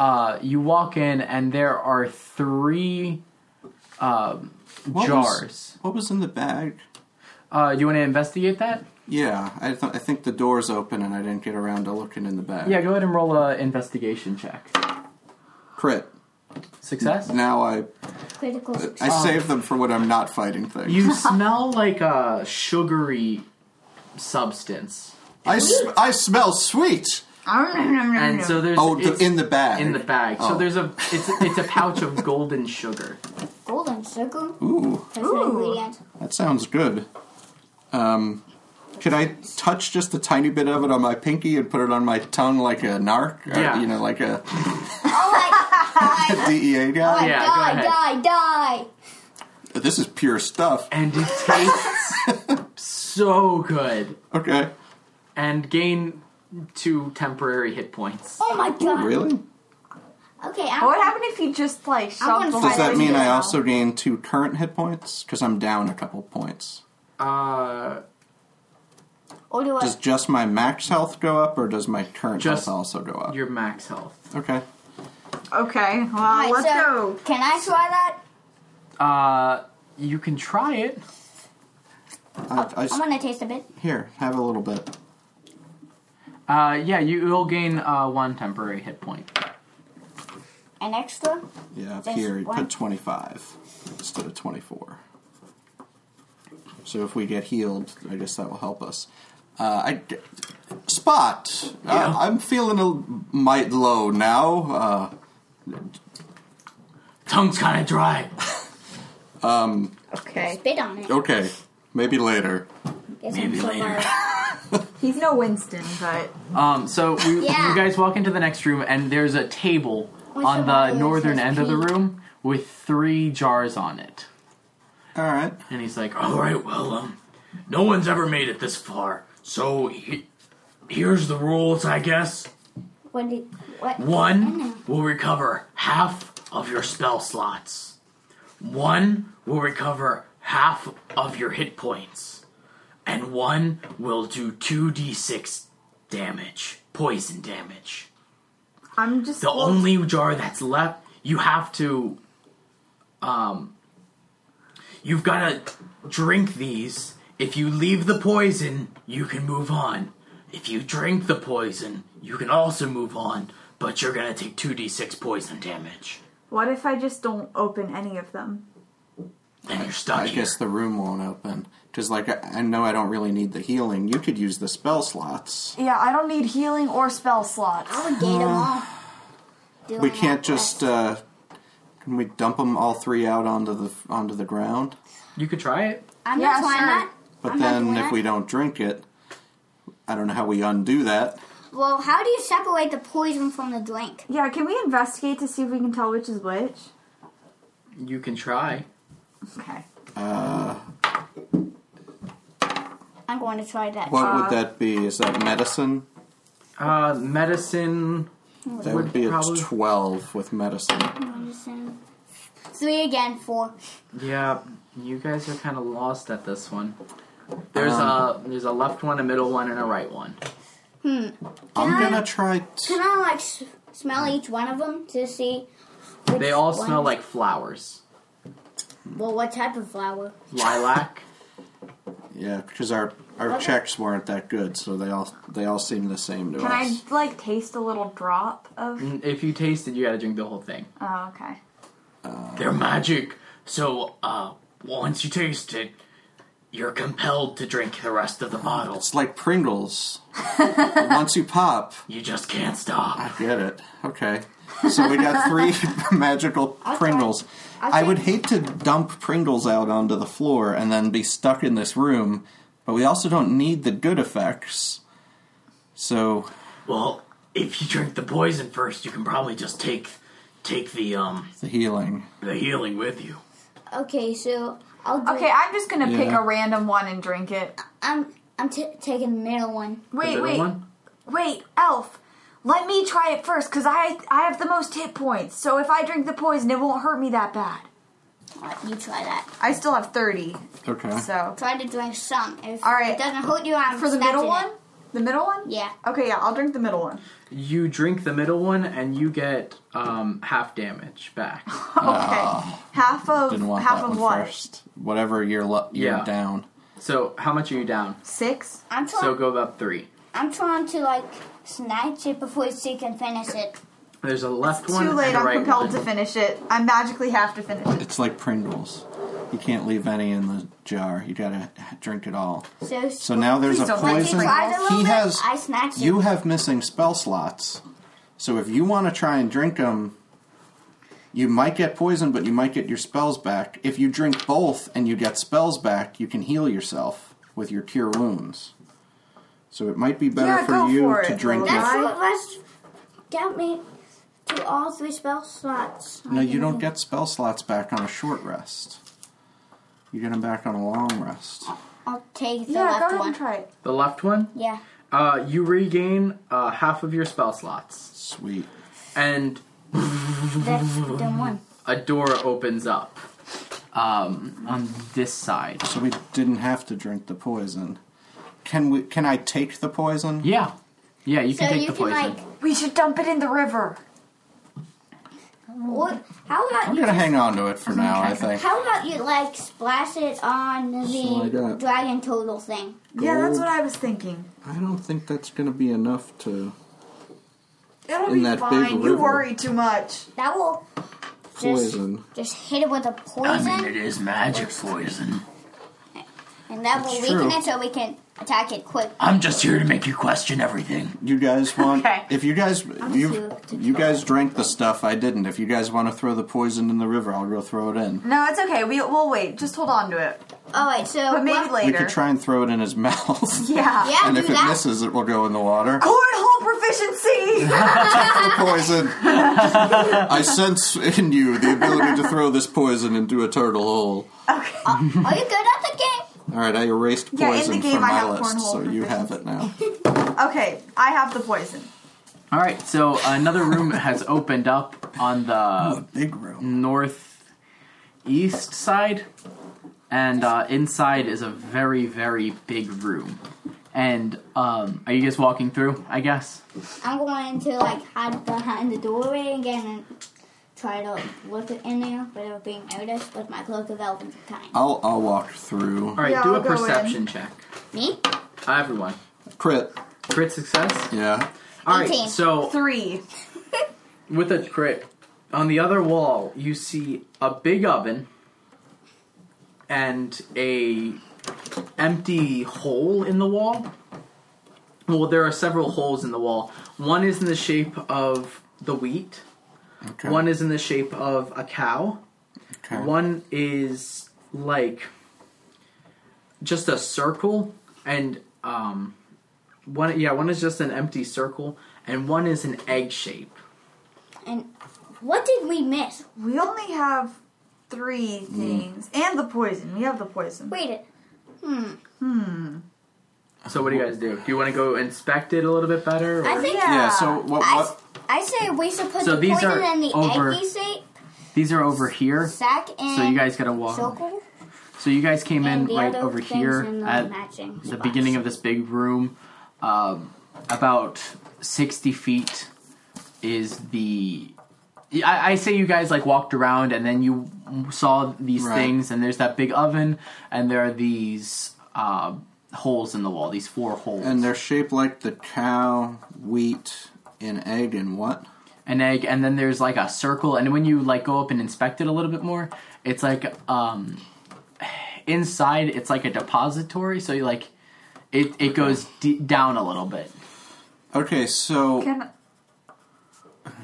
B: uh, you walk in and there are three um,
C: was-
B: jars.
C: What was in the bag?
B: Uh, do you want to investigate that?
C: Yeah, I, th- I think the door's open, and I didn't get around to looking in the bag.
B: Yeah, go ahead and roll a investigation check.
C: Crit.
B: Success.
C: Now I
D: critical.
C: I save them for when I'm not fighting things.
B: Um, You smell like a sugary substance,
C: I, s- I smell sweet.
B: and so there's
C: Oh, the,
B: it's-
C: in the bag.
B: in the bag. So
C: Oh.
B: there's a it's it's a pouch of golden sugar.
D: golden sugar.
C: Ooh,
D: That's an ingredient.
C: that sounds good. Um, could I touch just a tiny bit of it on my pinky and put it on my tongue like a narc? Or,
B: Yeah.
C: You know, like a
D: Oh my god!
C: DEA
D: Oh my
C: guy?
B: Yeah, go
D: god,
B: ahead.
D: die, die!
C: This is pure stuff.
B: And it tastes so good.
C: Okay.
B: And gain two temporary hit points.
D: Oh my god!
C: Really?
D: Okay, I'm,
E: What happened if you just like
D: wanna
E: shoved the
C: Does
D: fight
C: that
D: Fire
C: mean I
D: now.
C: also gain two current hit points? Because I'm down a couple points.
B: Uh,
D: Or do I?
C: Does just my max health go up, or does my current
B: Just
C: health also go up?
B: your max health.
C: Okay.
E: Okay. Well,
D: Alright,
E: let's
D: so
E: go.
D: Can I try that?
B: Uh, you can try it.
C: I, Uh, I s-
D: I'm gonna taste a bit.
C: here, have a little bit.
B: Uh, yeah, you will gain uh, one temporary hit point.
D: An extra.
C: Yeah, up
D: That's
C: here you
D: one.
C: put 25 instead of 24. So if we get healed, I guess that will help us. Uh, I d- spot.
F: Yeah.
C: Uh, I'm feeling a mite low now. Uh,
F: tongue's kind of dry.
E: Okay.
D: Spit on it.
C: uh, okay, Oh, maybe later.
D: Guess
F: Maybe
D: so
F: later.
D: bad.
E: He's no Winston, but
B: Um, so we,
D: Yeah.
B: you guys walk into the next room, and there's a table
D: Where's
B: on
D: the
B: the
D: one that
B: northern
D: says
B: end of the
D: pink?
B: room with three jars on it.
C: All right.
B: And he's like,
F: All
B: "Oh,
F: right, well, um, no one's ever made it this far, so he- here's the rules, I guess.
D: What? Did, what?
F: One
D: Mm-hmm.
F: will recover half of your spell slots. One will recover half of your hit points. And one will do 2d6 damage, poison damage.
E: I'm just
F: The only jar that's left, you have to. Um. You've got to drink these. If you leave the poison, you can move on. If you drink the poison, you can also move on, but you're going to take 2d6 poison damage.
E: What if I just don't open any of them?
F: And you're stuck
C: I
F: here.
C: guess the room won't open because, like, I, I know I don't really need the healing. You could use the spell slots.
E: Yeah, I don't need healing or spell slots.
D: I would gate them all. Do
C: We
D: an
C: can't
D: extra.
C: just. Uh, can we dump them all three out onto the onto the ground?
B: "You could try it."
D: I'm
E: Yeah,
D: not trying
E: sure.
D: that.
C: But
D: I'm not
C: then
D: doing
C: if
D: that.
C: we don't drink it, I don't know how we undo that.
D: Well, how do you separate the poison from the drink?
E: Yeah, can we investigate to see if we can tell which is which?
B: You can try.
E: Okay.
C: Uh,
D: I'm going to try that.
C: What would that be? Is that medicine?
B: Uh, medicine.
C: That would be a
B: probably-
C: 12 with medicine.
D: Medicine. Three again, four.
B: Yeah, you guys are kind of lost at this one. There's
F: Um,
B: a there's a left one, a middle one, and a right one.
C: I'm
D: I-
C: going to try. T-
D: Can I like s- smell each one of them to see? which
B: They all
D: one-
B: smell like flowers.
D: Well, what type of flower?
B: Lilac.
C: yeah, because our, our checks weren't that good, so they all they all seem the same to
E: Can I
C: us.
E: like taste a little drop of?
B: if you taste it, you gotta drink the whole thing.
E: Oh, okay.
F: They're magic. So, uh, once you taste it, you're compelled to drink the rest of the bottle.
C: It's like Pringles. Once you pop,
F: You just can't stop.
C: Get it. Okay. So we got three magical Pringles. I would hate to dump Pringles out onto the floor and then be stuck in this room, but we also don't need the good effects. So,
F: Well, if you drink the poison first, you can probably just take take the um
C: the healing.
F: the healing with you.
D: Okay, so I'll. Do,
E: Okay, I'm just gonna pick
C: Yeah.
E: a random one and drink it.
D: I'm I'm t- taking the middle one.
B: The
E: Wait,
B: middle
E: wait,
B: one?
E: wait, elf. Let me try it first, cause I I have the most hit points. So if I drink the poison, it won't hurt me that bad.
D: All right, you try that.
E: I still have thirty.
C: Okay.
E: So
D: Try to drink some. If
E: All right.
D: it doesn't hurt you, I'm
E: for the
D: snatching
E: middle
D: it.
E: one, the middle one.
D: Yeah.
E: Okay, yeah, I'll drink the middle one.
B: You drink the middle one, and you get um, half damage back.
E: Okay, half of
C: Ah. Didn't want
E: half
C: that
E: of
C: one
E: what?
C: first. Whatever you're, lo- you're
B: Yeah.
C: down.
B: So how much are you down?
E: Six.
D: I'm trying.
B: So go up three.
D: I'm trying to like snatch it before she can finish it.
B: There's a left one
E: Too late.
B: and a
E: I'm
B: right
E: compelled
B: one.
E: to finish it. I magically have to finish it.
C: It's like Pringles. You can't leave any in the jar. You gotta drink it all.
D: So,
C: So now there's
E: Please
C: a
E: don't let me
C: poison.
E: try
D: it a little
C: He
D: bit.
C: has.
D: I snatched
C: You
D: it.
C: have missing spell slots, so if you want to try and drink them, you might get poisoned, but you might get your spells back. If you drink both and you get spells back, you can heal yourself with your cure wounds. So it might be better
E: Yeah, go
C: for you
E: for
C: to
E: it,
C: drink.
E: Lola.
C: It.
D: That's what let's get me to all three spell slots.
C: No, you don't get spell slots back on a short rest. You get them back on a long rest.
D: I'll take the
E: Yeah, go
D: left
E: ahead
D: one.
E: and try it.
B: The left one.
D: Yeah.
B: Uh, you regain uh, half of your spell slots,
C: Sweet.
B: and
D: That's the one.
B: a door opens up um, on this side.
C: So we didn't have to drink the poison. Can we? Can I take the poison?
B: Yeah, yeah, you
D: So
B: can take
D: you
B: the
D: can
B: poison.
D: like,
E: We should dump it in the river.
D: or, how about
C: I'm
D: you?
C: gonna hang on to it for now. I think.
D: How about you like splash it on
C: like
D: the
C: that.
D: dragon total thing?
E: Yeah, that's
C: Gold.
E: what I was thinking.
C: I don't think that's going to be enough to
E: It'll
C: In
E: be
C: that big
E: fine. You
C: river.
E: worry too much.
D: That will just
C: poison.
D: just hit it with a
F: I
D: poison,
F: mean, it is magic poison.
D: and that will
C: It's
D: weaken
C: true.
D: it so we can attack it quick.
F: I'm just here to make you question everything.
C: You guys want?
E: Okay.
C: If you guys you
D: sure to
C: you guys drank the stuff I didn't. If you guys want to throw the poison in the river, I'll go throw it in.
E: No, it's okay. We, we'll wait. Just hold on to it.
D: All right, so
E: But maybe
D: what-
E: later.
C: We could try and throw it in his mouth.
E: Yeah.
D: Yeah,
C: And
D: do
C: if it
D: that.
C: misses, it will go in the water.
E: Cornhole proficiency!
C: The poison. I sense in you the ability to throw this poison into a turtle hole.
D: Are you good at the game?
C: All right, I erased
E: Yeah, in the
C: poison
E: game
C: from
E: I
C: my
E: have
C: list,
E: cornhole
C: so you have it now.
E: okay, I have the poison.
B: All right, so another room has opened up on the
C: Big room.
B: northeast side, and uh, inside is a very, very big room. And um, are you guys walking through? I guess.
D: I'm going to like hide behind the doorway again and try to look in there without being noticed with my cloak of elven kind.
C: I'll I'll walk through.
B: All right,
E: Yeah,
B: do a
E: I'll go in.
B: perception check.
D: Me?
B: Everyone,
C: Crit.
B: crit success.
C: Yeah.
B: All right,
D: 18.
B: so
E: Three.
B: with a crit. On the other wall, you see a big oven and a empty hole in the wall. Well, there are several holes in the wall. One is in the shape of the wheat.
C: Okay.
B: One is in the shape of a cow.
C: Okay.
B: One is like just a circle, and um, One, yeah, one is just an empty circle, and one is an egg shape.
D: And what did we miss?
E: We only have three things.
C: Mm.
E: And the poison. We have the poison.
D: Wait it. Hmm.
B: So what do you guys do? Do you want to go inspect it a little bit better? Or?
D: I think
E: Yeah.
C: Yeah. So what?
D: I,
C: what
D: s- I say we should put
B: So
D: the
B: these
D: poison
B: are
D: in the
B: over-
D: eggy shape,
B: These are over here.
D: sack, and
B: So you guys gotta walk.
D: circle.
B: So you guys came in
D: And the
B: right
D: other
B: over
D: things
B: here
D: in the
B: at
D: matching
B: the
D: spots.
B: beginning of this big room. Um, about sixty feet is the. I, I say you guys like walked around and then you saw these
C: Right.
B: things and there's that big oven and there are these uh, holes in the wall. These four holes.
C: and they're shaped like the cow, wheat, and egg, and what?
B: an egg and then there's like a circle and when you like go up and inspect it a little bit more it's like um inside it's like a depository so you like it it goes d- down a little bit
C: Okay, so
E: Can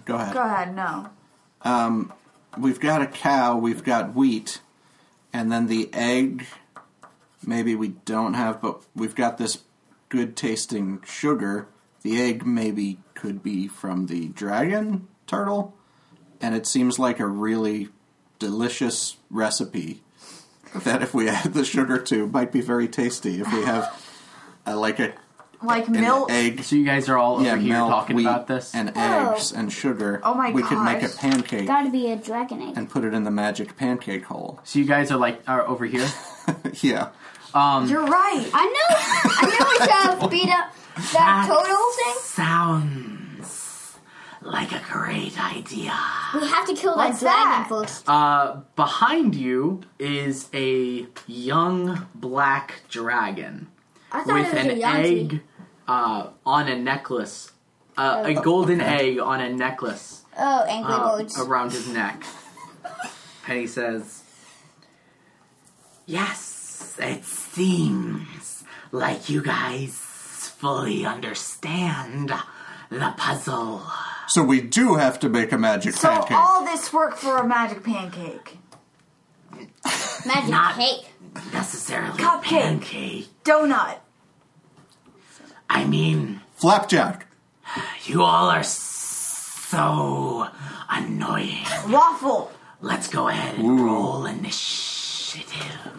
C: go ahead.
E: go ahead, no.
C: We've got a cow. We've got wheat, and then the egg. Maybe we don't have, but we've got this good tasting sugar. The egg maybe could be from the dragon turtle, and it seems like a really delicious recipe that if we add the sugar to might be very tasty if we have uh, like a
E: Like
C: an
E: milk.
C: egg
B: so you guys are all
C: yeah
B: over here
C: milk
B: talking
C: wheat
B: about this
C: and
D: Oh.
C: eggs and sugar
E: Oh my
C: we could make a
E: gosh.
C: pancake
D: Gotta be a dragon egg.
C: and put it in the magic pancake hole
B: so you guys are like are over here
C: yeah um,
E: You're right.
D: I know. I know we should beat up that total thing.
F: Sounds like a great idea.
D: We have to kill
E: What's
D: that
E: that?
D: dragon first.
B: uh behind you is a young black dragon
D: I thought
B: with
D: it was
B: an
D: a Yanti.
B: egg uh, on a necklace, uh, a golden egg on a necklace
D: Oh, Angry
B: uh,
D: Birds.
B: around his neck. and he says,
F: Yes, it seems like you guys fully understand the puzzle.
C: so we do have to make a magic
E: So
C: pancake
E: all this work for a magic pancake.
D: Magic
F: Not-
D: cake.
F: Necessarily
E: Cupcake.
F: pancake.
E: Donut.
F: I mean,
C: flapjack
F: you all are so annoying.
E: Waffle.
F: Let's go ahead and
C: Ooh.
F: roll initiative.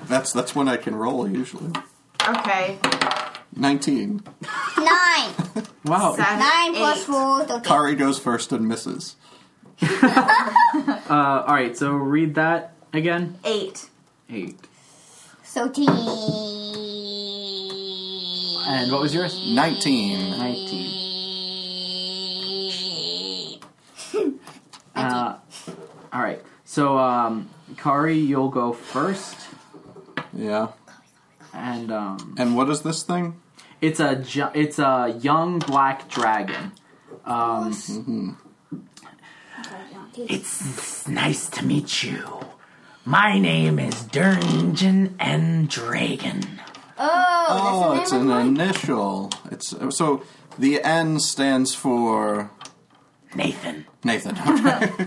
C: that's that's when i can roll usually
E: Okay.
C: 19
D: Nine.
C: Oh.
B: "Wow,
E: Seven,
D: Nine plus
E: eight.
D: four. Okay.
C: kari goes first and misses
B: uh, all right, so read that again."
E: Eight.
B: Eight.
D: Thirteen.
B: And what was yours?
C: 19
B: Nineteen. Uh, all right. So, um, Kari, you'll go first,
C: yeah
B: and um,
C: and what is this thing
B: It's a ju- it's a young black dragon. Um,
F: It's nice to meet you. My name is Durngeon and Dragon.
D: Oh,
C: oh it's
D: that's the
C: an
D: name of mine.
C: initial it's so the n stands for
F: Nathan.
C: Nathan.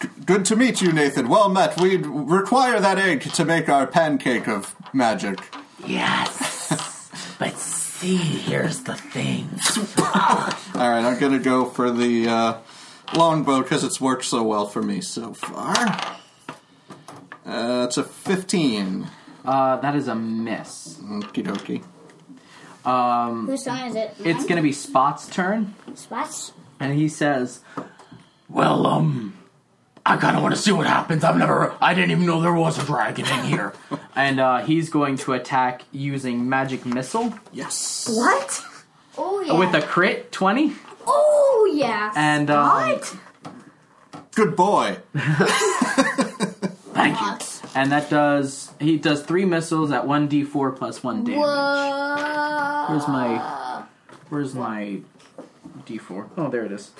C: Okay. Good to meet you, Nathan. Well met. We would require that egg to make our pancake of magic.
F: Yes. but see, here's the thing.
C: All right, I'm gonna go for the uh, longbow because it's worked so well for me so far. Uh, it's a 15.
B: uh, that is a miss.
C: Okie dokie.
D: Whose song is it?
B: It's gonna be Spot's turn,
D: Spots.
B: and he says,
F: Well, um, I kind of want to see what happens. I've never, I didn't even know there was a dragon in here.
B: and uh, he's going to attack using magic missile
C: Yes.
E: What?
D: Oh yeah.
B: with a crit twenty,
D: oh yeah.
B: and um,
E: What?
C: Good boy.
F: Thank you.
B: and that does he does three missiles at one d four plus one damage.
D: Whoa.
B: Where's my where's my d four? Oh, there it is.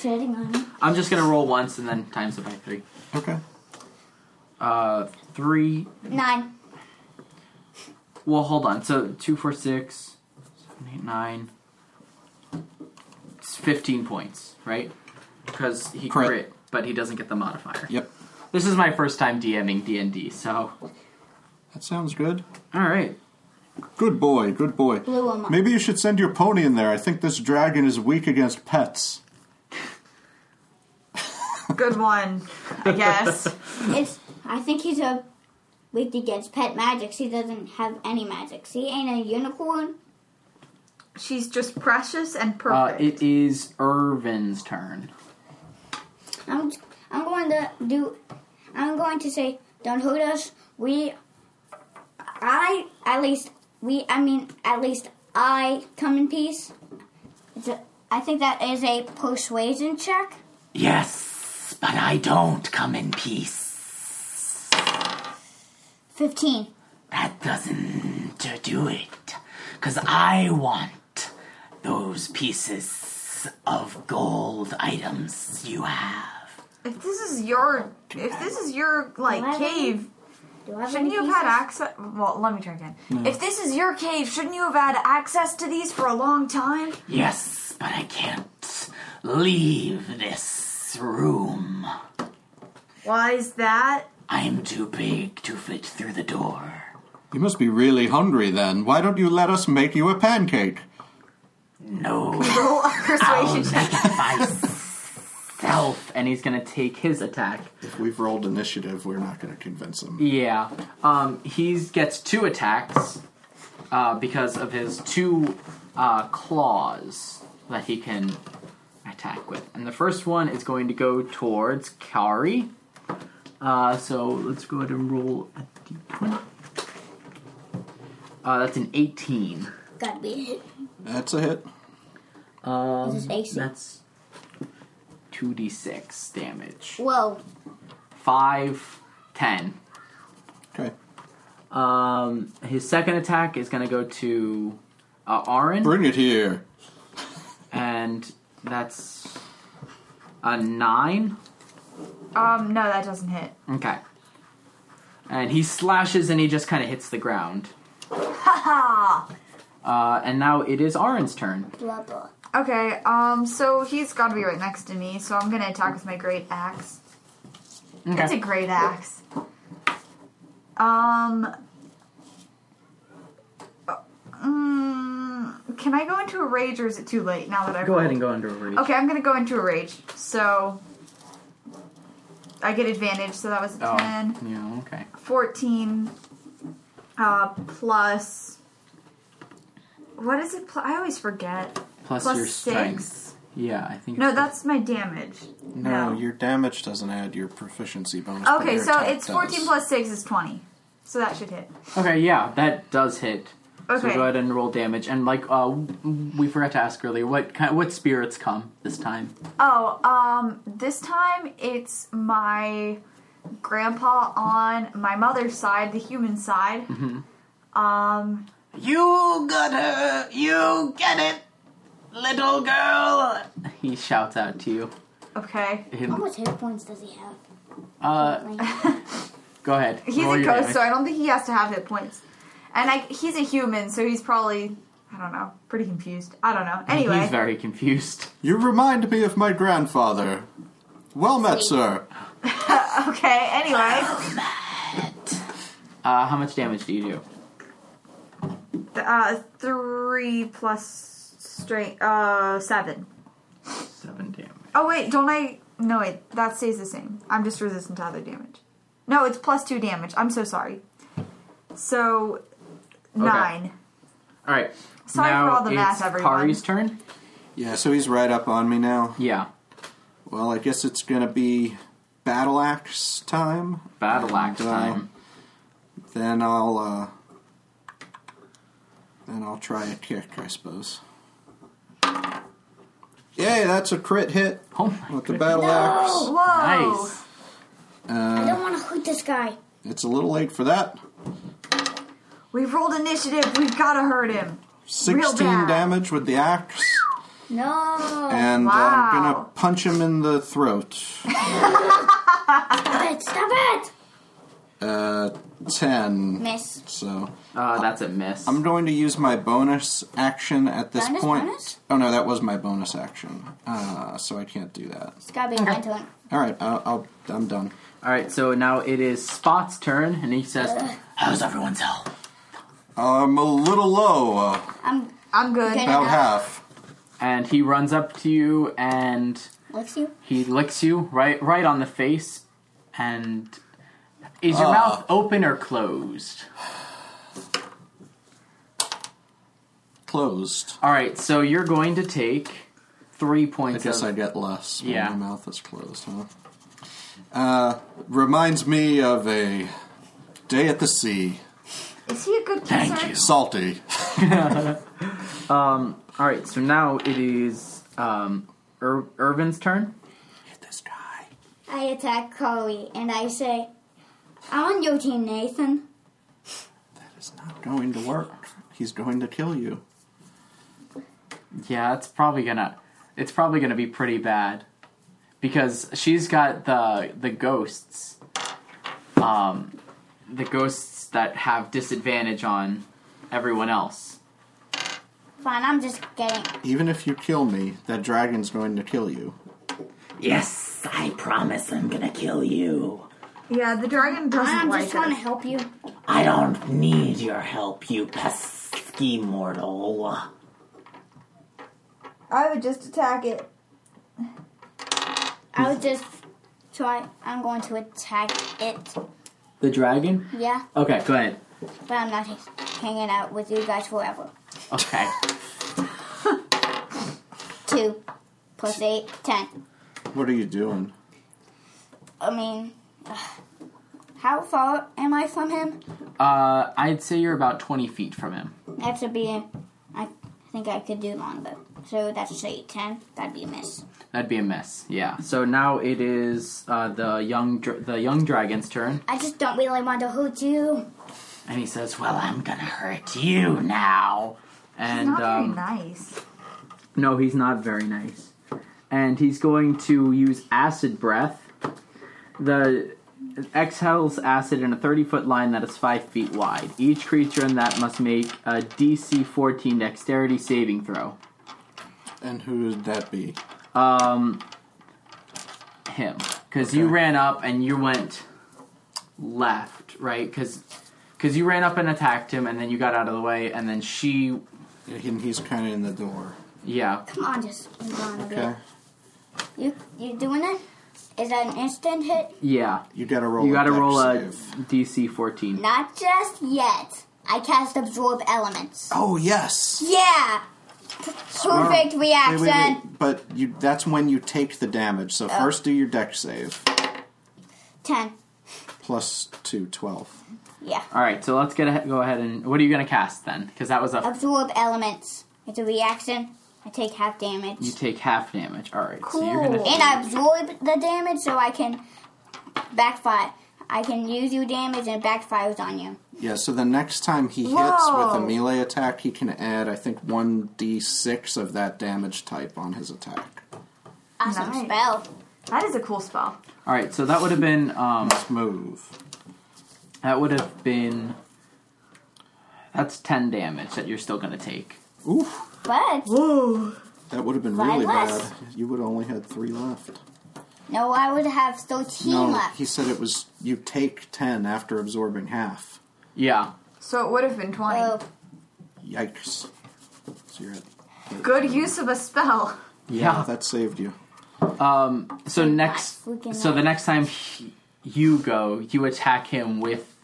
D: Sitting on it.
B: I'm just gonna roll once and then times it by three.
C: Okay.
B: Uh, three
D: Nine.
B: Well, hold on. So two, four, six, seven, eight, nine. It's fifteen points, right? Because he
C: Correct.
B: crit, but he doesn't get the modifier.
C: Yep.
B: This is my first time DMing D and D, so
C: That sounds good.
B: all right.
C: Good boy, good boy.
D: Blew him up.
C: Maybe you should send your pony in there. I think this dragon is weak against pets.
E: Good one, I guess.
D: It's, I think he's a weak against pet magics. He doesn't have any magics. He ain't a unicorn.
E: She's just precious
B: Uh,
E: and perfect.
B: it is Irvin's turn.
D: I'm, I'm going to do. I'm going to say, don't hurt us. We, I at least we. I mean, at least I come in peace. It's a, I think that is a persuasion check.
F: Yes, but I don't come in peace.
D: Fifteen.
F: That doesn't do it. Because I want those pieces of gold items you have.
E: if this is your, if this is your like
D: Eleven.
E: cave,
D: Do I have
E: shouldn't
D: any
E: you have
D: pieces?
E: had access? Well, let me try again. If this is your cave, shouldn't you have had access to these for a long time?
F: Yes, but I can't leave this room.
E: Why is that?
F: I'm too big to fit through the door.
C: You must be really hungry then. Why don't you let us make you a pancake?
F: No.
E: Roll a
F: I'll
E: persuasion
F: make
E: check.
F: it myself.
B: And he's gonna take his attack.
C: If we've rolled initiative, we're not going to convince him.
B: Yeah. Um, he gets two attacks uh, because of his two uh, claws that he can attack with. And the first one is going to go towards Kari. Uh, so let's go ahead and roll a d20. Uh, that's an 18.
D: Gotta be. a hit.
C: That's a hit.
B: Um,
D: This is AC.
B: That's 2d6 damage.
D: Whoa.
B: 5, 10.
C: Okay.
B: Um, his second attack is going to go to uh, Auron,
C: Bring it here.
B: and that's a nine.
E: Um, no, that doesn't hit.
B: Okay. And he slashes, and he just kind of hits the ground.
E: Ha
B: Uh, and now it is Auron's turn.
D: Blah blah.
E: ha. Okay. Um, so he's got to be right next to me. So I'm gonna attack with my great axe. It's a
B: Okay.
E: great axe. Um. uh, mm, can I go into a rage, or is it too late now that I've?
B: Go ahead and go under a reach.
E: Okay, I'm gonna go into a rage. So I get advantage. So that was a
B: Oh.
E: ten.
B: Yeah. Okay.
E: 14 uh, plus what is it pl- i always forget
B: Plus,
E: plus
B: your strength.
E: six
B: Yeah, I think.
E: no
B: it's-
E: that's my damage
C: No, your damage doesn't add your proficiency bonus. but
E: okay
C: your
E: so
C: attack
E: it's 14
C: does.
E: plus 6 is 20 so that should hit
B: Okay. Yeah, that does hit. So
E: Okay.
B: go ahead and roll damage. And like, uh, we forgot to ask earlier, what kind, what spirits come this time?
E: oh um this time it's my grandpa on my mother's side the human side
B: Mm-hmm.
E: um
F: You got her. You get it, little girl.
B: He shouts out to you.
E: okay
B: Him-
D: How much hit points does he have?
B: Uh, go ahead.
E: He's
B: Roll
E: a
B: your
E: ghost, so
B: damage.
E: I don't think he has to have hit points. And I, he's a human, so he's probably I don't know, pretty confused. I don't know. Anyway,
B: He's very confused.
C: You remind me of my grandfather. Well met, sir.
E: okay. Anyway,
B: Uh, how much damage do you do?
E: th- uh, three plus straight uh seven.
B: Seven damage.
E: Oh wait, don't I? No wait, that stays the same. I'm just resistant to other damage. No, it's plus two damage. I'm so sorry. So nine.
B: All right.
E: Sorry
B: now
E: for all the math,
B: it's
E: everyone.
B: Kari's turn.
C: Yeah, so he's right up on me now.
B: Yeah.
C: Well, I guess it's going to be battle axe time.
B: Battle axe
C: And, uh,
B: time.
C: Then I'll, uh. Then I'll try a kick, I suppose. Yay, that's a crit hit
B: Oh my
C: with the
B: goodness.
C: battle axe.
E: Whoa.
B: Nice.
D: I don't want to hurt this guy.
C: It's a little late for that.
E: We've rolled initiative. We've gotta hurt him.
C: 16
E: bad.
C: damage with the axe,
D: No.
C: and uh,
E: wow.
C: I'm gonna punch him in the throat.
D: Stop it! Stop it!
C: Uh, 10.
D: Miss.
C: So
B: Uh, that's a miss.
C: I'm going to use my bonus action at this
D: Bonus,
C: point.
D: bonus?
C: Oh no, that was my bonus action. Uh, so I can't do that.
D: It's gotta be my turn.
C: All right, I'll, I'll, I'm done.
B: All right. So now it is Spot's turn, and he says,
F: How's everyone's health?
C: I'm a little low, uh,
D: I'm
E: I'm good.
D: Okay.
C: about
D: enough.
C: half.
B: And he runs up to you and
D: with you.
B: he licks you right right on the face. And is your mouth open or closed?
C: Closed.
B: All right, so you're going to take three
C: I
B: points.
C: guess I
B: of,
C: get less when
B: Yeah.
C: my mouth is closed, huh? Uh, reminds me of a day at the sea.
E: Is he a good kisser?
B: Thank you.
C: Salty.
B: All right, so now it is um, Ir- Irvin's turn.
C: Hit this guy.
D: I attack Carly and I say, I'm on your team, Nathan.
C: It's not going to work. He's going to kill you.
B: Yeah, it's probably gonna it's probably gonna be pretty bad because she's got the the ghosts, um, the ghosts that have disadvantage on everyone else.
D: Fine, I'm just getting.
C: Even if you kill me, that dragon's going to kill you.
F: Yes, I promise I'm gonna kill you.
E: Yeah, the dragon doesn't
D: I'm
E: like
D: just trying to
E: us.
D: help you.
F: I don't need your help, you pesky mortal.
E: I would just attack it.
D: I would just try. I'm going to attack it.
B: The dragon.
D: Yeah,
B: Okay, go ahead.
D: but I'm not hanging out with you guys forever.
B: Okay,
D: Two plus eight, ten.
C: What are you doing?
D: I mean, ugh. how far am I from him?
B: uh, I'd say you're about twenty feet from him.
D: That should be. I think I could do longer. So that's eight, ten. That'd be a miss.
B: That'd be a miss. Yeah. So now it is uh, the young dra- the young dragon's turn,
D: I just don't really want to hurt you.
B: and he says, "Well, I'm gonna hurt you now." And
E: Not
B: um,
E: very nice.
B: No, he's not very nice. And he's going to use acid breath. The exhales acid in a 30 foot line that is 5 feet wide. Each creature in that must make a DC 14 dexterity saving throw.
C: And who would that be?
B: Um, him. Because you
C: Okay.
B: ran up and you went left, right? Because. Because you ran up and attacked him, and then you got out of the way, and then she,
C: And he's kind of in the door.
B: yeah,
D: Come on, just move on a
C: Okay.
D: bit. You you doing it? Is that an instant hit?
B: yeah.
C: You gotta roll.
B: You
C: got
B: gotta
C: to
B: roll a
C: Save.
B: DC 14.
D: Not just yet. I cast absorb elements.
C: Oh yes.
D: Yeah. P- Perfect
C: Wait,
D: reaction.
C: wait, wait. But you—that's when you take the damage. So first, do your deck save.
D: Ten.
C: Plus two, 12.
D: Yeah.
B: All right, so let's get ahe- go ahead and what are you gonna cast then? Because that was a
D: Absorb elements. It's a reaction. I take half damage.
B: you take half damage. All right, so you're
E: Cool.
B: gonna
D: and I absorb the damage so I can backfire. I can use your damage and it backfires on you.
C: Yeah. So the next time he hits with
E: Whoa.
C: a melee attack, he can add, I think, one d6 of that damage type on his attack.
D: Awesome
E: Nice.
D: spell.
E: That is a cool spell.
B: All right, so that would have been um
C: Move.
B: that would have been that's ten damage that you're still gonna take.
C: Oof.
D: But
E: Whoa.
C: That would have been
D: Five
C: really
D: less.
C: bad. You would have only had three left.
D: no, I would have thirteen
C: no,
D: left.
C: he said it was you take ten after absorbing half.
B: Yeah.
E: So it would have been 20.
D: So
C: Yikes. So you're at,
E: Good use of a spell.
C: oh,
B: Yeah.
C: that saved you.
B: Um. So next,
D: freaking
B: so the
D: life.
B: next time he, you go, you attack him with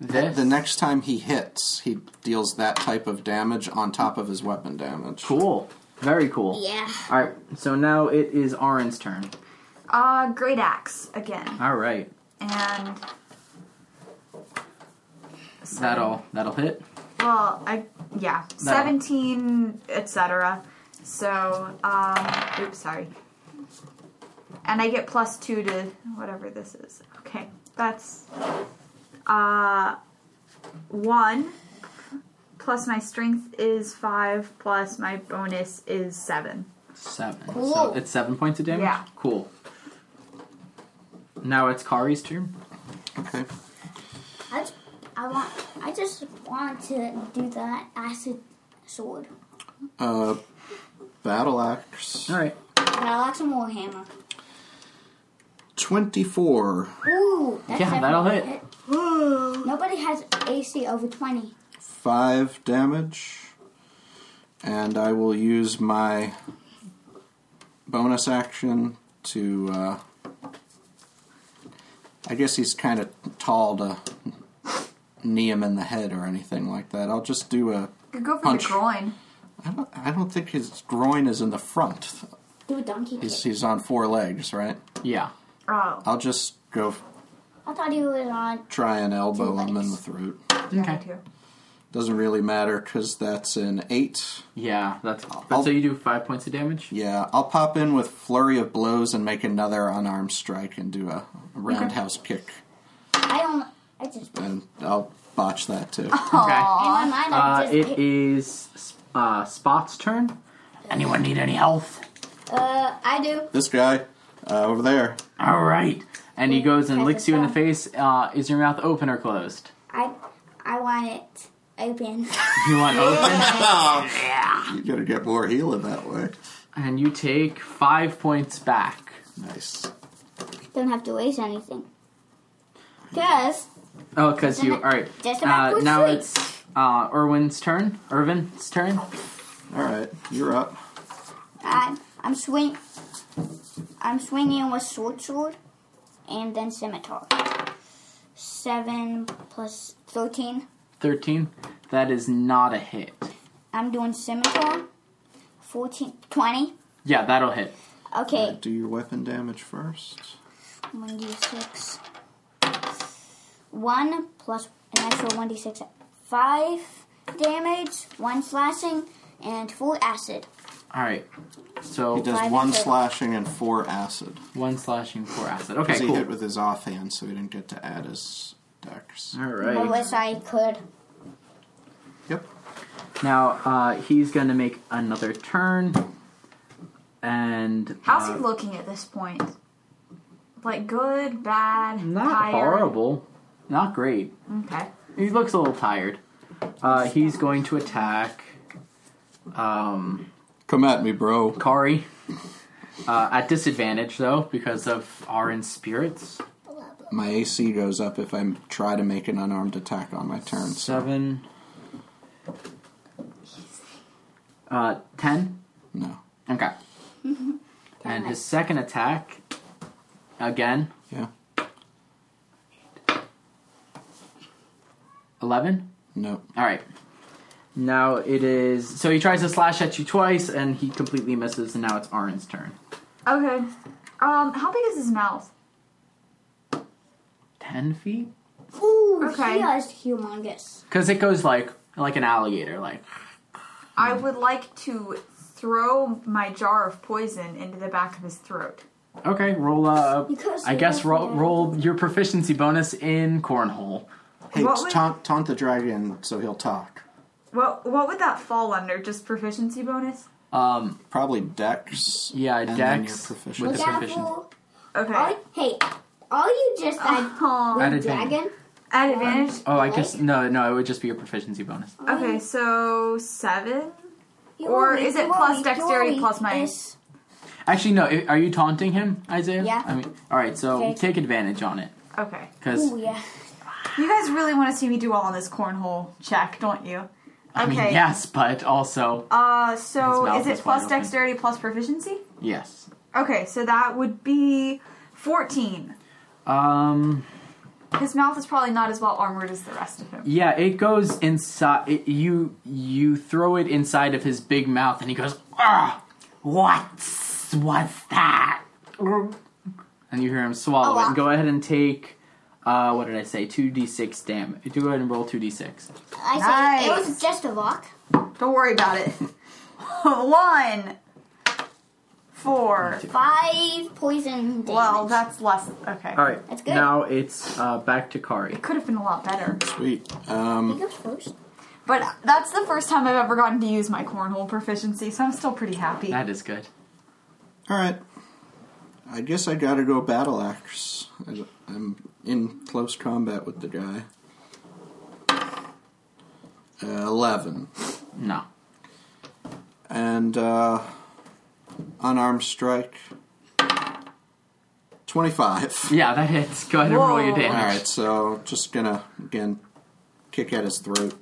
B: this.
C: The next time he hits, he deals that type of damage on top of his weapon damage.
B: cool. Very cool.
D: yeah.
B: All right. So now it is Auron's turn.
E: Uh, great axe again.
B: All right.
E: And.
B: That'll that'll hit.
E: Well, I. Yeah. 17, etc. So, um. Oops, sorry. And I get plus two to whatever this is. Okay. That's. Uh. One. Plus my strength is five, plus my bonus is seven.
B: Seven. So
D: Cool.
B: it's seven points of damage?
E: Yeah.
B: Cool. Now it's Kari's turn.
C: Okay.
D: I, j- I want. I just want to do the acid sword.
C: Uh, battle axe.
B: Alright.
D: But I like some more hammer.
C: 24.
D: Ooh, that's
B: Yeah, that'll
D: definitely a Nobody has AC over twenty.
C: five damage, and I will use my bonus action to. Uh, I guess he's kind of tall to knee him in the head or anything like that. I'll just do a.
E: Could go for
C: Punch.
E: the groin.
C: I don't, I don't think his groin is in the front.
D: Do a donkey kick.
C: He's, he's on four legs, right?
B: Yeah.
E: Oh,
C: I'll just go
D: I thought he was on.
C: try and elbow
D: Two
C: him in
D: legs.
C: the throat.
E: yeah,
B: Okay.
E: me too.
C: Doesn't really matter because that's an eight.
B: Yeah, that's all.
C: I'll-
B: so you do five points of damage.
C: Yeah, I'll pop in with flurry of blows and make another unarmed strike and do a roundhouse kick,
D: I don't. I just. In
C: and I'll botch that too.
B: Okay.
D: my mind, I
B: Uh,
D: just.
B: it is uh, Spot's turn.
F: Anyone need any health?
D: uh, I do.
C: this guy uh, over there,
F: All right.
B: and he goes and
D: Press
B: licks
D: the
B: you in the
D: thumb.
B: face. Uh, is your mouth open or closed?
D: I. I want it open.
B: You want open,
C: you gotta get more healing that way.
B: and you take five points back.
C: Nice.
D: don't have to waste anything. Cause
B: Oh, because you. All right.
D: Just about
B: Uh,
D: to
B: now
D: sleep.
B: it's uh, Irwin's turn. Irvin's turn.
C: All right, you're up.
D: I, Uh, I'm swing. I'm swinging with sword, sword, and then scimitar. Seven plus thirteen.
B: Thirteen. That is not a hit.
D: I'm doing scimitar. 14, 20.
B: Yeah, that'll hit.
D: Okay,
C: Do your weapon damage first.
D: 1d6. 1 plus an extra 1d6. 5 damage, 1 slashing, and 4 acid.
B: All right.
C: He
B: So
C: does
D: Five
C: one
D: acid.
C: slashing and four acid.
B: one slashing, four acid. Okay,
C: 'Cause he
B: cool.
C: hit with his offhand, so he didn't get to add his dex.
B: All
D: I
B: right.
D: wish I could.
C: Yep.
B: Now uh, he's going to make another turn, and
E: How's
B: uh,
E: he looking at this point? Like good, bad,
B: Not
E: tired?
B: horrible. Not great.
E: Okay.
B: He looks a little tired. Uh, he's going to attack um,
C: Come at me, bro.
B: Kari uh, at disadvantage, though, because of Arin's spirits.
C: My AC goes up if I m- try to make an unarmed attack on my turn. So
B: Seven. Uh, ten.
C: no.
B: Okay. And his second attack, again,
C: Yeah.
B: eleven.
C: No.
B: All right. Now it is. So he tries to slash at you twice, and he completely misses. And now it's Arin's turn.
E: Okay. Um, how big is his mouth?
B: Ten feet.
D: Ooh,
E: Okay.
D: he is humongous.
B: Because it goes like like an alligator, like
E: I
B: Hmm.
E: would like to throw my jar of poison into the back of his throat.
B: okay, roll uh
D: Because
B: I
D: he
B: guess
D: doesn't
B: roll
D: know.
B: roll your proficiency bonus in cornhole.
C: Hey,
E: What would-
C: taunt, taunt the dragon so he'll talk.
E: What What would that fall under? Just proficiency bonus?
B: Um,
C: Probably dex.
B: Yeah,
C: and Then your
B: dex
C: proficiency.
B: with the-
D: That
B: proficient.
D: fool-
E: Okay.
D: all, hey, all you just said
E: Oh,
B: At
D: with
B: advantage.
D: dragon,
E: at advantage.
B: oh, I guess no, no, it would just be your proficiency bonus.
E: Okay, so seven.
D: you
E: Or
D: only-
E: is it
D: you
E: plus
D: only- you
E: dexterity
D: only
E: plus mine?
D: is-
B: Actually, no, i- are you taunting him, Isaiah?
D: Yeah.
B: I mean, all right, so
D: Okay.
B: take advantage on it
E: Okay.
B: because
D: Ooh, yeah.
E: You guys really want to see me do all on this cornhole check, don't you?
B: I mean,
E: Okay.
B: yes, but also
E: Uh,
B: His
E: so
B: mouth
E: is it
B: is
E: plus
B: wide open.
E: dexterity plus proficiency?
B: yes.
E: Okay, so that would be 14.
B: Um,
E: His mouth is probably not as well armored as the rest of him.
B: yeah, it goes inside. It, you you throw it inside of his big mouth, and he goes, ah, what's what's that? and you hear him swallow
D: Oh,
B: it.
D: wow.
B: And go ahead and take, uh, what did I say? Two d six damage. Do go ahead and roll two d six.
D: I said
E: Nice.
D: it was just a rock.
E: Don't worry about it. One, four.
D: Five poison damage.
E: Well, that's less. Okay.
B: All right.
D: That's good.
B: Now it's uh, back to Kari.
E: Could have been a lot better.
C: Sweet.
D: He
C: Um,
D: goes first.
E: But that's the first time I've ever gotten to use my cornhole proficiency, so I'm still pretty happy.
B: That is good.
C: all right. I guess I gotta go battle axe. I- I'm in close combat with the guy. Uh, Eleven.
B: No.
C: and uh, unarmed strike. 25.
B: Yeah, that hits. Go ahead and roll your
E: Whoa.
B: damage.
C: Alright, so just gonna, again, kick at his throat.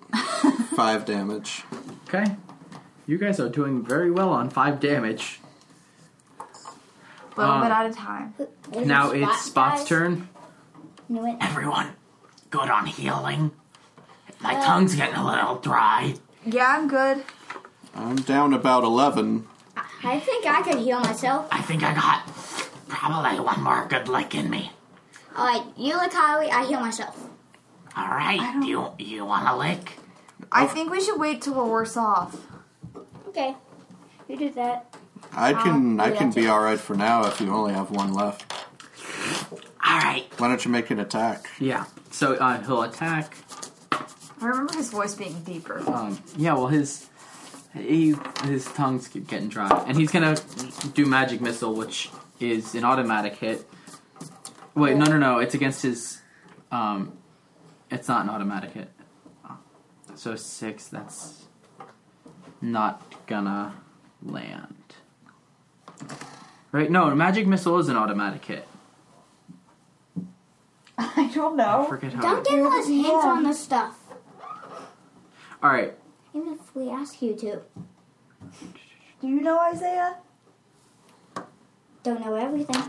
C: Five damage.
B: Okay. You guys are doing very well on five damage.
E: little
B: Um,
E: bit at a time.
D: Is
B: now
D: it
B: it's Spot's
D: guys?
B: turn.
D: No, it-
F: Everyone, good on healing. My tongue's getting a little dry.
E: Yeah, I'm good.
C: I'm down about 11.
D: I think I could heal myself.
F: I think I got probably one more good lick in me.
D: All right, you look highly. I heal myself.
F: All right, do you you want a lick?
E: I
B: oh.
E: think we should wait till we're worse off.
D: Okay, you do that.
C: I can I
D: yeah,
C: can
D: that's
C: be all right for now if you only have one left.
F: All right,
C: Why don't you make an attack?
B: Yeah. So uh, he'll attack.
E: I remember his voice being deeper.
B: Um, yeah. Well, his he, his tongues keep getting dry, and he's gonna do magic missile, which is an automatic hit. Wait, no, no, no. It's against his. Um, it's not an automatic hit. So six. That's not gonna land. Right? No, magic missile is an automatic hit.
E: I don't
B: I
E: know.
B: forget how.
D: Don't
B: it-
D: give us hints
E: Yeah.
D: on the stuff,
B: All right.
D: even if we ask you to.
E: Do you know Isaiah?
D: Don't know everything.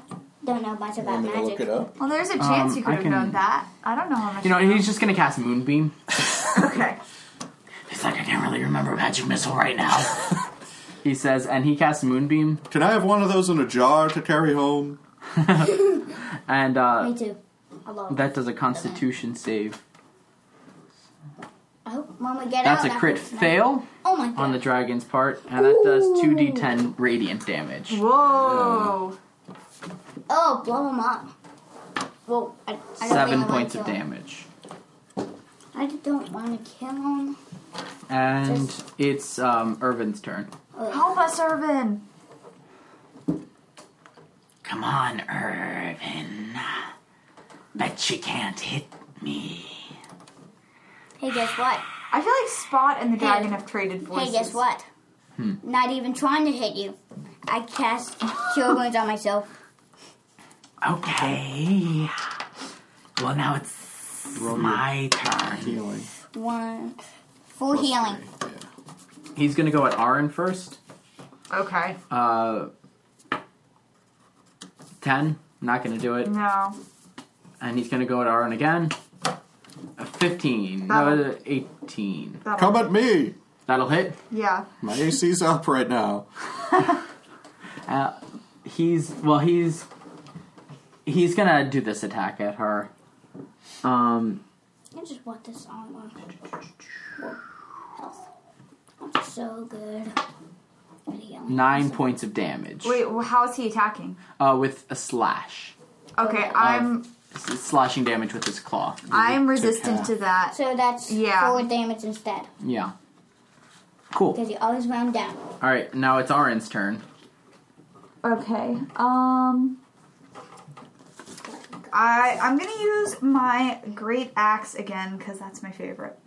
D: Don't know much about magic.
C: up.
E: Well, there's a chance
B: Um,
E: you could
B: I
E: have
B: can-
E: known that. I don't know how much.
B: You know, he's just gonna cast moonbeam.
E: okay.
F: it's like I can't really remember magic missile right now.
B: He says, and he casts moonbeam,
C: Can I have one of those in a jar to carry home?
B: and uh,
D: Me too. A lot.
B: that does a Constitution save.
D: I hope Mama get out.
B: That's a
D: that
B: crit
D: hurts now.
B: fail
D: Oh my god.
B: on the dragon's part, and that does two d10 radiant damage.
E: Whoa.
D: oh, blow him up. Well, I, I don't
B: Seven
D: really wanna
B: points of
D: kill him.
B: damage,
D: I don't want to kill him.
B: and
D: Just-
B: it's um, Irvin's turn.
E: Help us, Irvin.
F: Come on, Irvin. Bet you can't hit me.
D: Hey, guess what?
E: I feel like Spot and the dragon have traded voices.
D: Hey, guess what?
B: Hmm.
D: Not even trying to hit you. I cast cure wounds on myself.
F: Okay. Well, now it's my turn.
C: Healing.
D: One full healing.
C: Yeah.
B: He's gonna go at Arin first.
E: Okay.
B: Uh, ten, not gonna do it,
E: No.
B: and he's gonna go at Arin again. A Fifteen, no, eighteen.
E: That'll-
C: Come at me!
B: That'll hit.
E: Yeah.
C: My AC's up right now.
B: Uh, he's well. He's he's gonna do this attack at her. Um,
D: I just want this on one. Health. I'm so good. at healing.
B: nine points of damage.
E: Wait, wh- how is he attacking?
B: Uh, with a slash,
E: Okay, I'm
B: S- slashing damage with his claw.
E: I'm resistant to that.
D: So that's
E: Yeah.
D: forward damage instead.
B: Yeah. Cool.
D: Because you always round down.
B: All right, now it's Arin's turn.
E: Okay. Um I I'm going to use my great axe again cuz that's my favorite.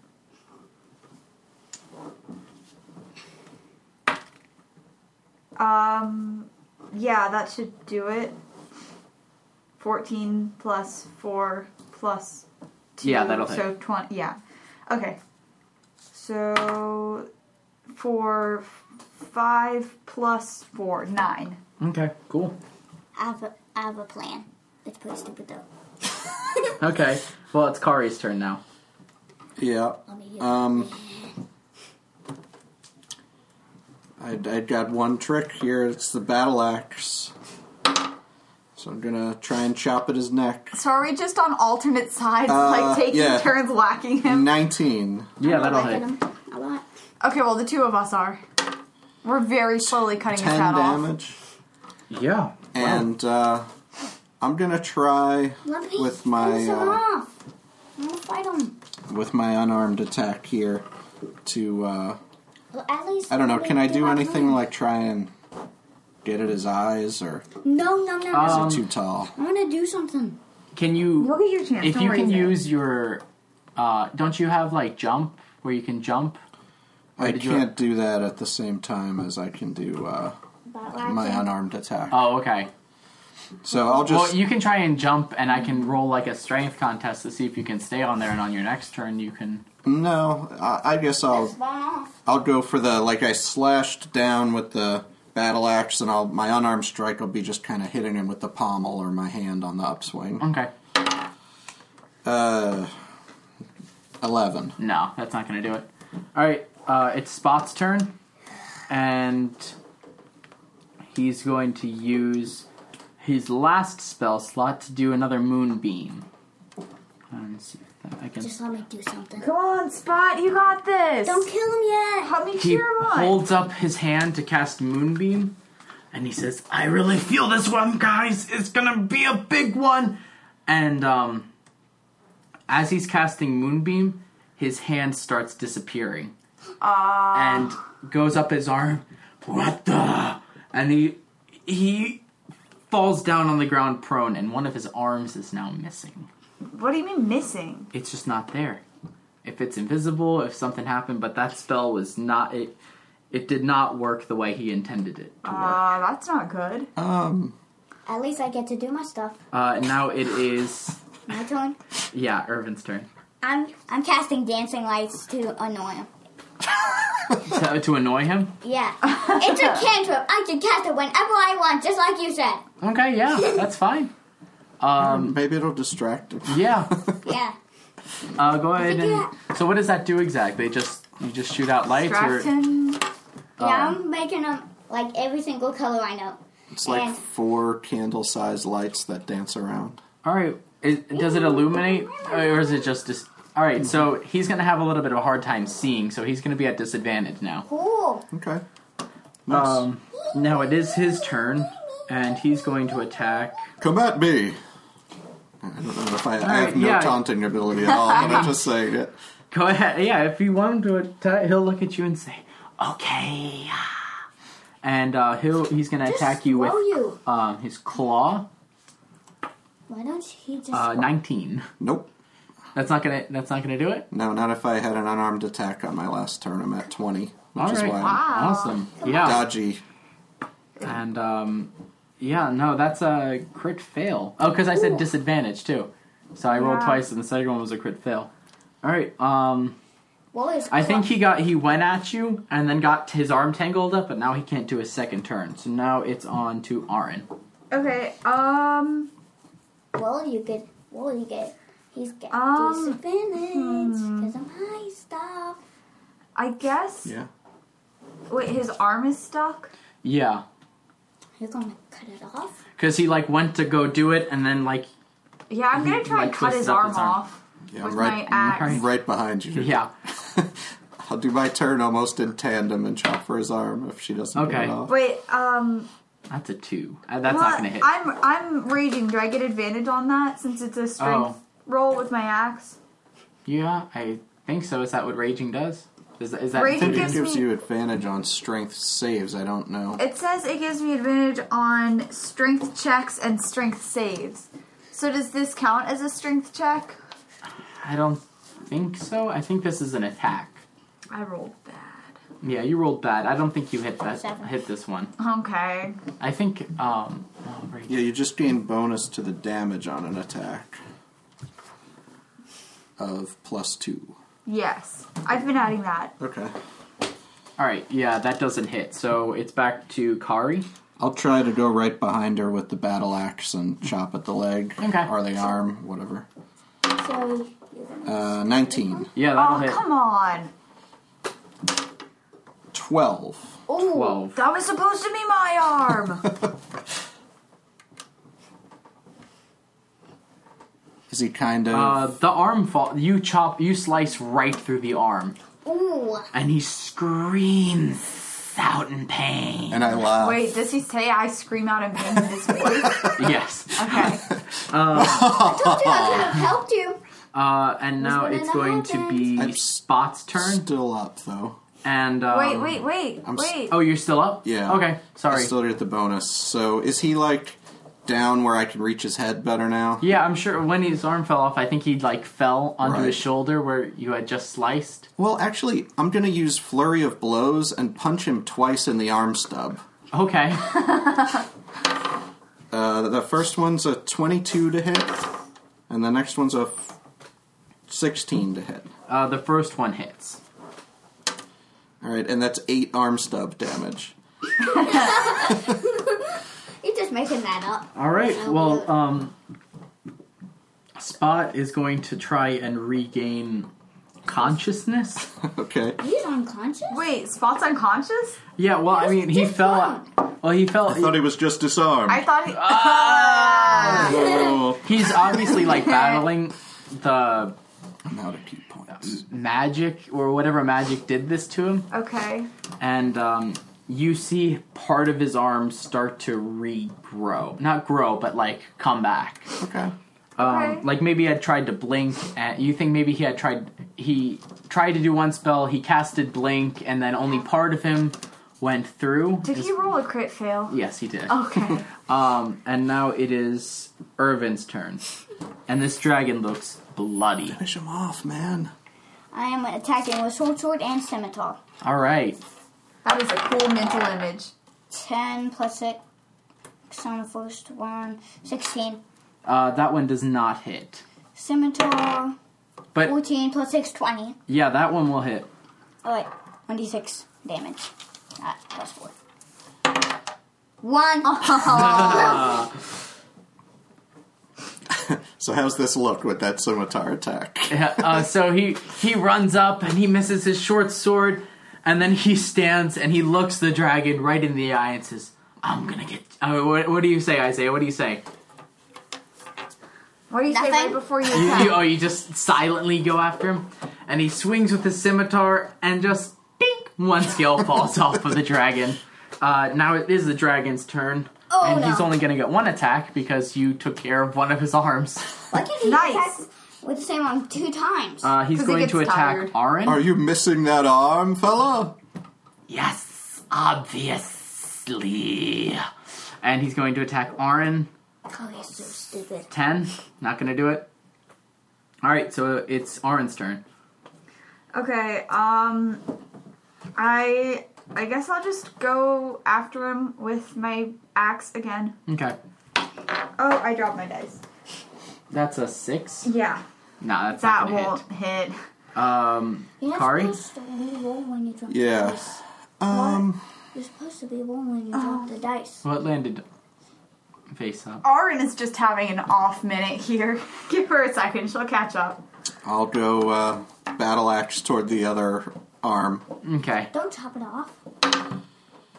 E: Um yeah, that should do it. 14 plus 4 plus 2.
B: Yeah, that'll
E: So 20. Yeah. Okay. So 4 5 plus 4 9.
B: Okay. Cool.
D: I have a, I have a plan. It's pretty stupid though.
B: Okay. Well, it's Kari's turn now.
C: Yeah.
D: Let me uh, heal.
C: Um, I'd, I'd got one trick here. It's the battle axe. So I'm gonna try and chop at his neck.
E: So are we just on alternate sides,
C: Uh,
E: like taking
C: yeah.
E: turns whacking him?
C: 19.
B: Yeah,
D: I
B: that'll
D: hit
B: hit.
D: him a lot.
E: Okay, well the two of us are. We're very slowly cutting his
C: 10
E: head off.
C: damage.
B: Yeah.
C: And uh, I'm gonna try
D: Let me
C: with my
D: finish him
C: uh,
D: off. I'm gonna fight him.
C: with my unarmed attack here to uh,
D: Well, at least
C: I don't know.
D: let me
C: Can I do
D: my
C: anything
D: plan.
C: like try and get at his eyes or
D: No, no, no, no.
C: is
B: Um,
C: it too tall?
D: I'm gonna do something.
B: Can you?
E: You'll get your chance.
B: if
E: don't
B: you
E: worry,
B: can
E: Zane.
B: use your, uh, don't you have like jump where you can jump?
C: I
B: did you-
C: can't do that at the same time as I can do uh,
D: But
C: my unarmed attack.
B: Oh, okay.
C: So I'll just
B: Uh, well, you can try and jump, and I can roll like a strength contest to see if you can stay on there. And on your next turn, you can.
C: no. I, I guess I'll
D: It's falling off.
C: I'll go for the like I slashed down with the battle axe, and I'll my unarmed strike will be just kind of hitting him with the pommel or my hand on the upswing.
B: Okay,
C: Uh, eleven.
B: no, that's not gonna do it. All right, uh, it's Spot's turn, and he's going to use his last spell slot to do another moonbeam. And see if that, I can.
D: Just let me do something.
E: Come on, Spot, you got this.
D: Don't kill him yet.
E: Help me
B: He
E: cheer him on.
B: holds up his hand to cast moonbeam, and he says, "I really feel this one, guys. It's gonna be a big one." And um, as he's casting moonbeam, his hand starts disappearing and goes up his arm. What the? And he he falls down on the ground prone, and one of his arms is now missing.
E: what do you mean missing?
B: It's just not there. If it's invisible, if something happened, but that spell was not it. It did not work the way he intended it to work.
E: Uh, that's not good.
C: Um,
D: At least I get to do my stuff.
B: Uh, now it is
D: My turn.
B: yeah, Irvin's turn
D: I'm I'm casting dancing lights to annoy him.
B: to, to annoy him.
D: Yeah, it's a cantrip. I can cast it whenever I want, just like you said.
B: Okay, yeah, that's fine. Um,
C: maybe it'll distract him.
B: yeah.
D: Yeah.
B: Uh, go ahead and. So what does that do exactly? Just you just shoot out lights
E: Distract
B: or
E: him.
D: Yeah,
B: Um,
D: I'm making them like every single color I know.
C: It's like
D: Yeah.
C: four candle-sized lights that dance around.
B: all right? It, does it illuminate or is it just dis- all right? So he's gonna have a little bit of a hard time seeing, so he's gonna be at disadvantage now.
D: Cool.
C: Okay. Nice.
B: Um, now it is his turn, and he's going to attack.
C: Come at me. I don't know if I, I have
B: right,
C: no
B: yeah.
C: taunting ability at all, but I'm just saying it.
B: Go ahead. Yeah, if you want him to attack, he'll look at you and say, "Okay." And uh, he'll he's going to
D: Just
B: attack you with
D: throw you.
B: um, his claw.
D: Why don't he just?
B: Uh, Nineteen.
C: Nope.
B: That's not gonna. That's not gonna do it.
C: No, not if I had an unarmed attack on my last turn. I'm at 20, which
B: All
C: is
B: right.
C: why I'm
E: Wow.
B: Awesome. Yeah.
C: dodgy.
B: And um, yeah, no, that's a crit fail. Oh, because I said disadvantage too. So I rolled
E: Yeah.
B: twice, and the second one was a crit fail. All right. Um,
D: what is?
B: I think he got he went at you and then got his arm tangled up, but now he can't do his second turn. So now it's on to Arin.
E: Okay, um,
D: Well, you get. Well, you get. He's getting
E: Um,
D: disadvantage
B: hmm.
D: because I'm high stuff.
E: I guess.
C: Yeah.
E: Wait, his arm is stuck?
B: Yeah,
D: You're gonna cut it off.
B: because he like went to go do it and then like
E: Yeah, I'm gonna try and
B: like,
E: cut
B: twists
E: his
B: up
E: arm,
B: his arm.
E: off
C: Yeah,
E: with
C: I'm
E: my
C: right,
E: axe.
C: right behind you.
B: yeah.
C: I'll do my turn almost in tandem and chop for his arm if she doesn't get
B: Okay.
C: it off.
E: Wait, um,
B: That's a two. Uh, That's
E: well,
B: not gonna hit.
E: I'm I'm raging. Do I get advantage on that since it's a strength
B: Oh.
E: roll with my axe?
B: yeah, I think so. Is that what raging does? Is, is that
E: Raging
C: It
E: gives
C: gives,
E: me-
C: you advantage on strength saves. I don't know.
E: It says it gives me advantage on strength checks and strength saves. So does this count as a strength check?
B: I don't think so. I think this is an attack.
E: I rolled bad.
B: Yeah, you rolled bad. I don't think you hit that.
D: Seven.
B: Hit this one.
E: Okay.
B: I think. Um. oh, raging.
C: Yeah, you just gain bonus to the damage on an attack of plus two.
E: Yes. I've been adding that.
C: Okay.
B: All right. Yeah, that doesn't hit. So it's back to Kari.
C: I'll try to go right behind her with the battle axe and chop at the leg
B: Okay.
C: or the arm, whatever.
D: So you're gonna.
C: Uh, 19.
B: Yeah, that'll
E: Oh,
B: hit.
E: come on.
C: 12.
E: Ooh,
B: Twelve.
E: That was supposed to be my arm.
C: Is he kind of.
B: Uh, the arm fall. You chop. You slice right through the arm,
D: Ooh.
B: and he screams out in pain.
C: and I laugh.
E: Wait, does he say I scream out in pain in this voice?
B: yes.
E: Okay.
D: Told you I could have helped you.
B: Uh, and now
D: gonna
B: it's going to be
C: I'm s-
B: Spot's turn,
C: Still up, though.
B: and um,
E: Wait, wait, wait,
C: I'm s-
E: wait.
B: Oh, you're still up.
C: Yeah.
B: Okay.
C: I
B: Sorry.
C: still get the bonus. So is he, like, down where I can reach his head better now?
B: Yeah, I'm sure when his arm fell off, I think he like fell onto
C: Right.
B: his shoulder where you had just sliced.
C: Well, actually, I'm going to use Flurry of Blows and punch him twice in the arm stub.
B: Okay.
C: Uh, the first one's a 22 to hit, and the next one's a 16 to hit.
B: Uh, the first one hits.
C: All right, and that's eight arm stub damage.
D: You're just making that up.
B: All right. Well, um, Spot is going to try and regain consciousness.
C: Okay.
D: He's unconscious?
E: Wait, Spot's unconscious?
B: Yeah. Well, I mean, he
D: just
B: fell. Well, he fell.
C: I thought he was just disarmed.
E: I thought he.
B: Ah!
C: Oh,
B: he's obviously like battling the
C: I'm out of key points.
B: magic or whatever magic did this to him,
E: okay.
B: and um, you see part of his arm start to regrow. Not grow, but like come back.
C: Okay.
B: Um,
E: Okay.
B: Like maybe had tried to blink, and you think maybe he had tried he tried to do one spell. He casted blink, and then only part of him went through.
E: Did he Oh,
B: His-
E: roll a crit fail?
B: Yes, he did.
E: Okay.
B: Um, and now it is Irvin's turn, and this dragon looks bloody.
C: Finish him off, man.
D: I am attacking with short sword and scimitar.
B: All right,
E: that is a cool mental image.
D: 10 plus 6 on the first one. 16.
B: uh, that one does not hit,
D: Scimitar.
B: but
D: 14 plus 6, 20.
B: yeah, that one will hit.
D: Alright, 1d6 damage. Uh, plus 4. 1.
C: So how's this look with that scimitar attack?
B: Yeah, uh, so he he runs up and he misses his short sword, and then he stands and he looks the dragon right in the eye and says, "I'm gonna get." I mean, what, what do you say, Isaiah? What do you say?
E: What do you say right
D: Nothing.
E: before you
B: You,
E: attack?
B: you- oh, you just silently go after him, and he swings with his scimitar and just bink, one scale falls off of the dragon. Uh, now it is the dragon's turn,
D: Oh,
B: and he's
D: no.
B: only gonna get one attack because you took care of one of his arms.
D: Why can't he
E: Nice.
D: attack with the same arm two times?
B: Uh, he's
E: 'Cause he
B: going to
E: gets
B: attack
E: tired.
B: Arin.
C: Are you missing that arm, fella?
B: Yes, obviously. And he's going to attack Arin.
D: oh, he's so stupid.
B: 10. Not going to do it. All right, so it's Arin's turn.
E: Okay, um I I guess I'll just go after him with my axe again.
B: Okay.
E: Oh, I dropped my dice.
B: That's a 6.
E: Yeah.
B: Nah, that's
E: That
B: not going to
E: won't hit.
B: hit. Um,
D: You're not
B: Kari?
D: supposed to re-roll when you drop
C: Yeah.
D: the dice.
C: Um,
D: You're supposed to be rolling when you drop the dice.
B: well, it landed face up.
E: Arin is just having an off minute here. Give her a second, she'll catch up.
C: I'll go uh, battle axe toward the other arm.
B: Okay.
D: Don't chop it off.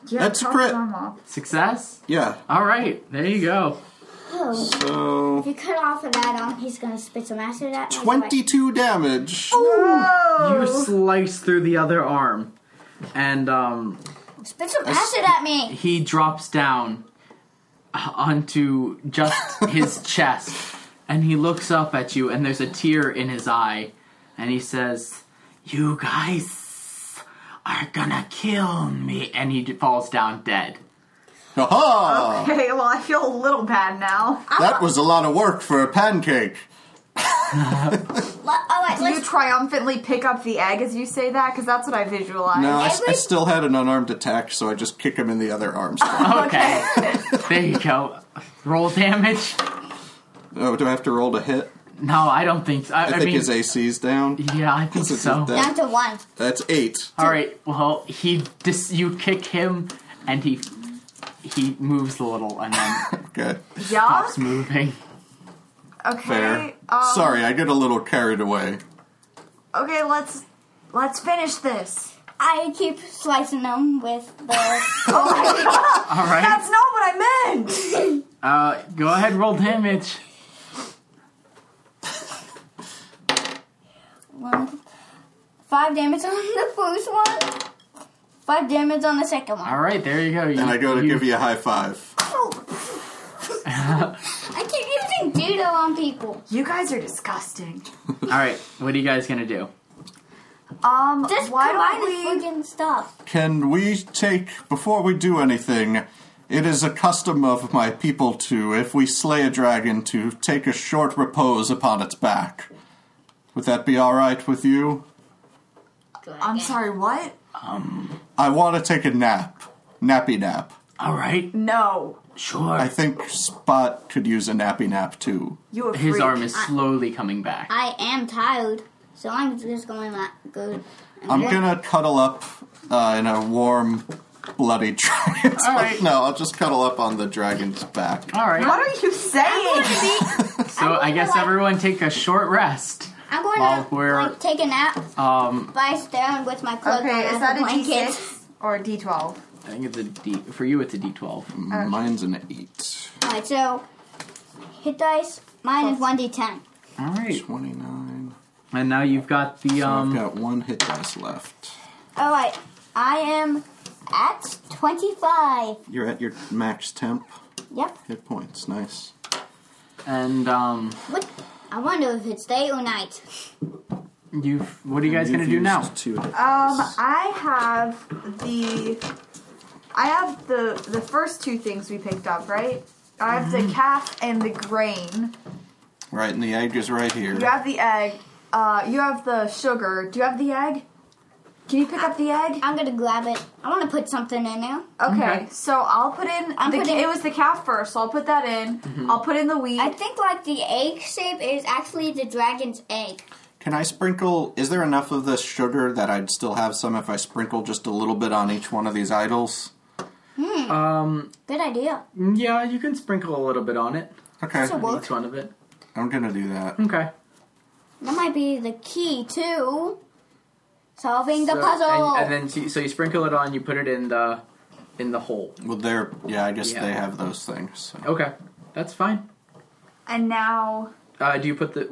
E: Yeah,
C: That's
E: chop
C: crit.
E: his arm off.
B: Success?
C: Yeah.
B: All right, there you go.
D: Oh.
C: So
D: If you cut off of that arm, he's gonna spit some acid at me. so I-
C: 22 damage.
B: You slice through the other arm, and um,
D: Spit some acid at me!
B: he drops down onto just his chest and he looks up at you and there's a tear in his eye and he says you guys are gonna kill me and he d- falls down dead
C: Aha!
E: Okay, well I feel a little bad now.
C: That was a lot of work for a pancake.
D: Le- Alright,
E: Do you
D: oh, let's.
E: triumphantly pick up the egg as you say that? Because that's what I visualize.
C: No, I, s- I
D: Every-
C: still had an unarmed attack, so I just kick him in the other arm. still.
B: okay, there you go roll damage
C: oh, do I have to roll to hit?
B: no i don't think so i,
C: I,
B: I
C: think
B: mean
C: his AC's down.
B: yeah i think
C: This is
B: so
C: that-
D: Down to one.
C: That's eight.
B: all right well he dis- you kick him and he he moves a little and then
C: Okay,
E: Yeah?
B: stops moving
E: Okay.
C: fair.
E: Um,
C: Sorry, I get a little carried away.
E: Okay, let's let's finish this.
D: I keep slicing them with the.
E: Oh my god!
B: all right
E: That's not what I meant!
B: Uh, go ahead, roll damage.
D: one. Five damage on the first one. Five damage on the second one.
B: All right, there you go. You,
C: And I go to give you a high five.
D: I keep using judo on people.
E: You guys are disgusting.
B: All right, what are you guys gonna do?
E: Um,
D: Just
E: why
D: combine
E: don't
D: the
E: we?
D: freaking stuff.
C: Can we take, before we do anything, it is a custom of my people to, if we slay a dragon, to take a short repose upon its back. Would that be alright with you?
E: I'm sorry, what?
C: I want to take a nap. Nappy nap.
F: All right,
E: No.
F: sure.
C: I think Spot could use a nappy nap too.
E: You a
B: His
E: freak.
B: arm is slowly coming back.
D: I am tired, so I'm just going to go.
C: I'm gonna cuddle up uh, in a warm, bloody dragon's.
B: All right.
C: No, I'll just cuddle up on the dragon's back.
B: All
E: What
B: right.
E: are you saying?
B: So I guess everyone take a short rest.
D: I'm going
B: While
D: to
B: we're-
D: like, take a nap
B: Um,
D: by staring with my clothes
E: Okay,
D: on
E: is
D: as
E: that a
D: blanket.
E: D6 or a D12?
B: I think it's a D. For you, it's a D12.
C: Mine's an eight.
D: Alright, so hit dice. Mine is one d10.
B: All right.
C: Twenty-nine.
B: And now you've got the
C: I've
B: um.
C: got one hit dice left.
D: Alright, I am at 25.
C: You're at your max temp
D: Yep.
C: hit points. Nice.
B: And um.
D: What? I wonder if it's day or night.
B: You. What are you guys
C: You've
B: gonna do
C: used
B: now?
C: Two hit
E: Um,
C: dice.
E: I have the, I have the the first two things we picked up, right? I have
B: Mm-hmm.
E: the calf and the grain.
C: Right, and the egg is right here.
E: You have the egg. Uh, you have the sugar. Do you have the egg? Can you pick up the egg?
D: I'm gonna grab it. I wanna put something in there.
E: Okay,
B: Okay.
E: so I'll put in.
D: Mm-hmm. I'm
E: the,
D: putting-
E: it was the calf first, so I'll put that in. I'll put in the wheat.
D: I think like the egg shape is actually the dragon's egg.
C: Can I sprinkle? Is there enough of this sugar that I'd still have some if I sprinkle just a little bit on each one of these idols?
B: Um.
D: Good idea.
B: Yeah, you can sprinkle a little bit on it.
C: Okay,
D: So
B: Each one of it.
C: I'm gonna do that.
B: Okay.
D: That might be the key to solving the
B: So-
D: puzzle.
B: And, and then so you, so you sprinkle it on. You put it in the in the hole.
C: Well, they're yeah. I guess
B: Yeah.
C: they have those things. so.
B: Okay. That's fine.
E: and now
B: Uh, do you put the?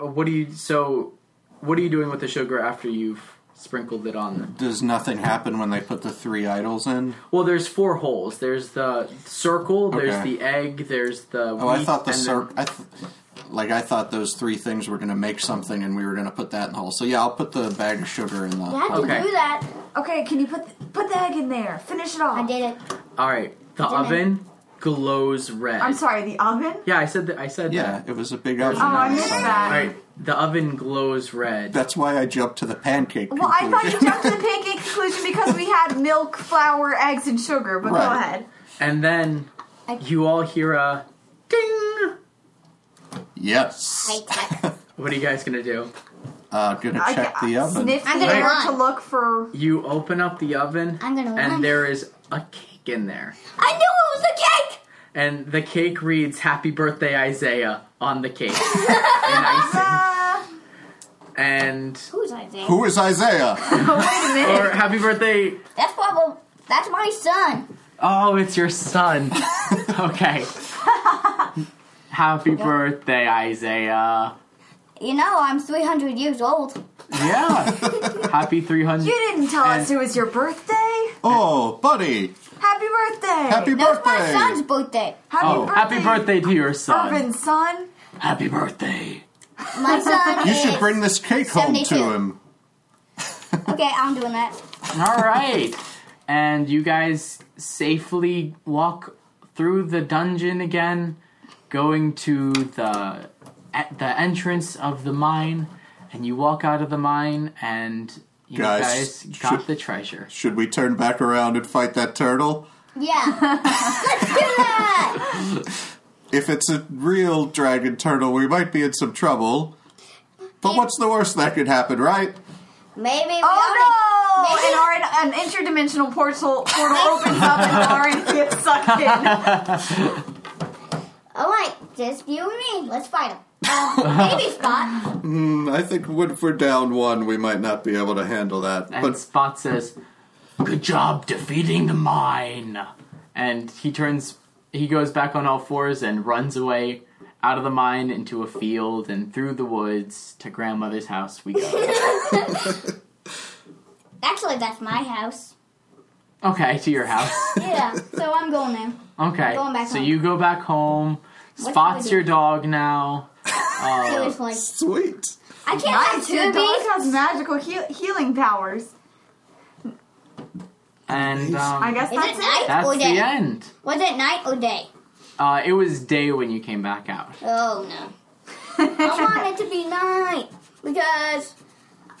B: uh, What do you? So, what are you doing with the sugar after you've sprinkled it on them?
C: Does nothing happen when they put the three idols in?
B: Well, there's four holes. There's the circle. There's
C: Okay.
B: the egg. There's the.
C: Oh, I thought the circle. I th- like I thought those three things were gonna make something, and we were gonna put that in the hole. So yeah, I'll put the bag of sugar in the.
D: you have
B: Okay.
D: to do that.
E: Okay, can you put the, put the egg in there? Finish it off.
D: I did it.
B: All right. The
D: Didn't I-
B: oven glows red.
E: I'm sorry, the oven.
B: Yeah, I said that. I said
C: Yeah,
B: that.
C: it was a big oven.
E: Oh, I
C: on the
E: missed
C: side.
E: that.
B: All right. The oven glows red.
C: That's why I jumped to the pancake.
E: Well, I thought you
C: conclusion.
E: jumped to the pancake conclusion because we had milk, flour, eggs, and sugar. But go
C: Right.
E: ahead.
B: And then
D: I-
B: you all hear a ding.
C: yes.
D: I-
B: What are you guys gonna do?
C: Uh, gonna
E: I-
C: check
E: I
C: the oven.
E: Sniff
D: I'm
E: the
D: gonna
E: air
D: run.
E: to look for.
B: You open up the oven,
D: I'm gonna run.
B: and there is a cake in there.
D: I knew it was a cake!
B: And the cake reads "Happy Birthday, Isaiah" on the cake. in icing.
E: Uh,
B: And
D: Who's Isaiah?
C: Who is Isaiah?
E: wait a minute.
B: or "Happy Birthday."
D: That's probably that's my son.
B: Oh, it's your son. okay. Happy birthday, Isaiah.
D: You know I'm 300 years old.
B: Yeah. Happy 300.
E: You didn't tell
B: And-
E: us it was your birthday.
C: oh, buddy!
E: Happy birthday.
C: Happy
D: That was
C: birthday!
D: my son's birthday.
E: Happy
B: Oh, happy birthday to your son.
E: Urban son.
B: Happy birthday.
D: My son.
C: You
D: is,
C: should bring this cake home
D: 72.
C: to him.
D: Okay, I'm doing that.
B: All right. And you guys safely walk through the dungeon again, going to the at the entrance of the mine, and you walk out of the mine and you guys,
C: Guys,
B: got
C: should-
B: the treasure.
C: Should we turn back around and fight that turtle?
D: Yeah. Let's do that.
C: If it's a real dragon turtle, we might be in some trouble. But
D: Yeah.
C: what's the worst that could happen, right?
D: Maybe. we
E: Oh no!
D: already-
E: And
D: Maybe,
E: our an interdimensional portal portal opens up and Arin gets sucked in.
D: all right, Oh, just you and me. Let's fight him. Uh, maybe Spot.
C: I think if we're down one, we might not be able to handle that.
B: And
C: But
B: Spot says, "Good job defeating the mine." And he turns he goes back on all fours and runs away out of the mine into a field and through the woods to grandmother's house we go.
D: Actually, that's my house.
B: Okay, to your house.
D: Yeah. So I'm going there.
B: Okay.
D: Going back
B: so
D: home.
B: you go back home.
D: we
B: Spots
D: do?
B: your dog now.
D: Seriously.
C: sweet.
D: I can't have
E: Nice. Your
D: two
E: dog
D: bees.
E: has magical heal- healing powers.
B: And um,
E: I guess
D: Is
E: that's
D: it
E: it.
D: night
B: that's
D: or
B: the
D: day?
B: end.
D: Was it night or day?
B: Uh, it was day when you came back out.
D: Oh no. I want it to be night because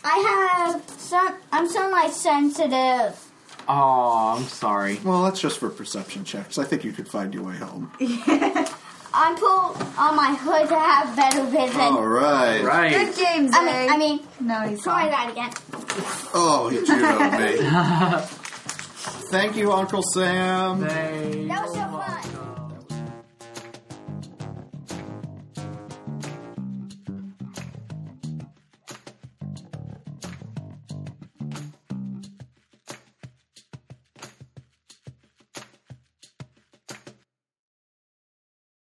D: I have sun. I'm sunlight sensitive.
B: Oh, I'm sorry.
C: Well, that's just for perception checks. I think you could find your way home.
D: I pull on my hood to have better vision.
C: All right.
B: Right.
E: Good game, Zay.
D: I mean, I mean,
E: no, he's
D: try
E: fine.
D: that again.
C: Oh, he judoed me. Thank you, Uncle Sam.
B: Hey.
D: That was so fun.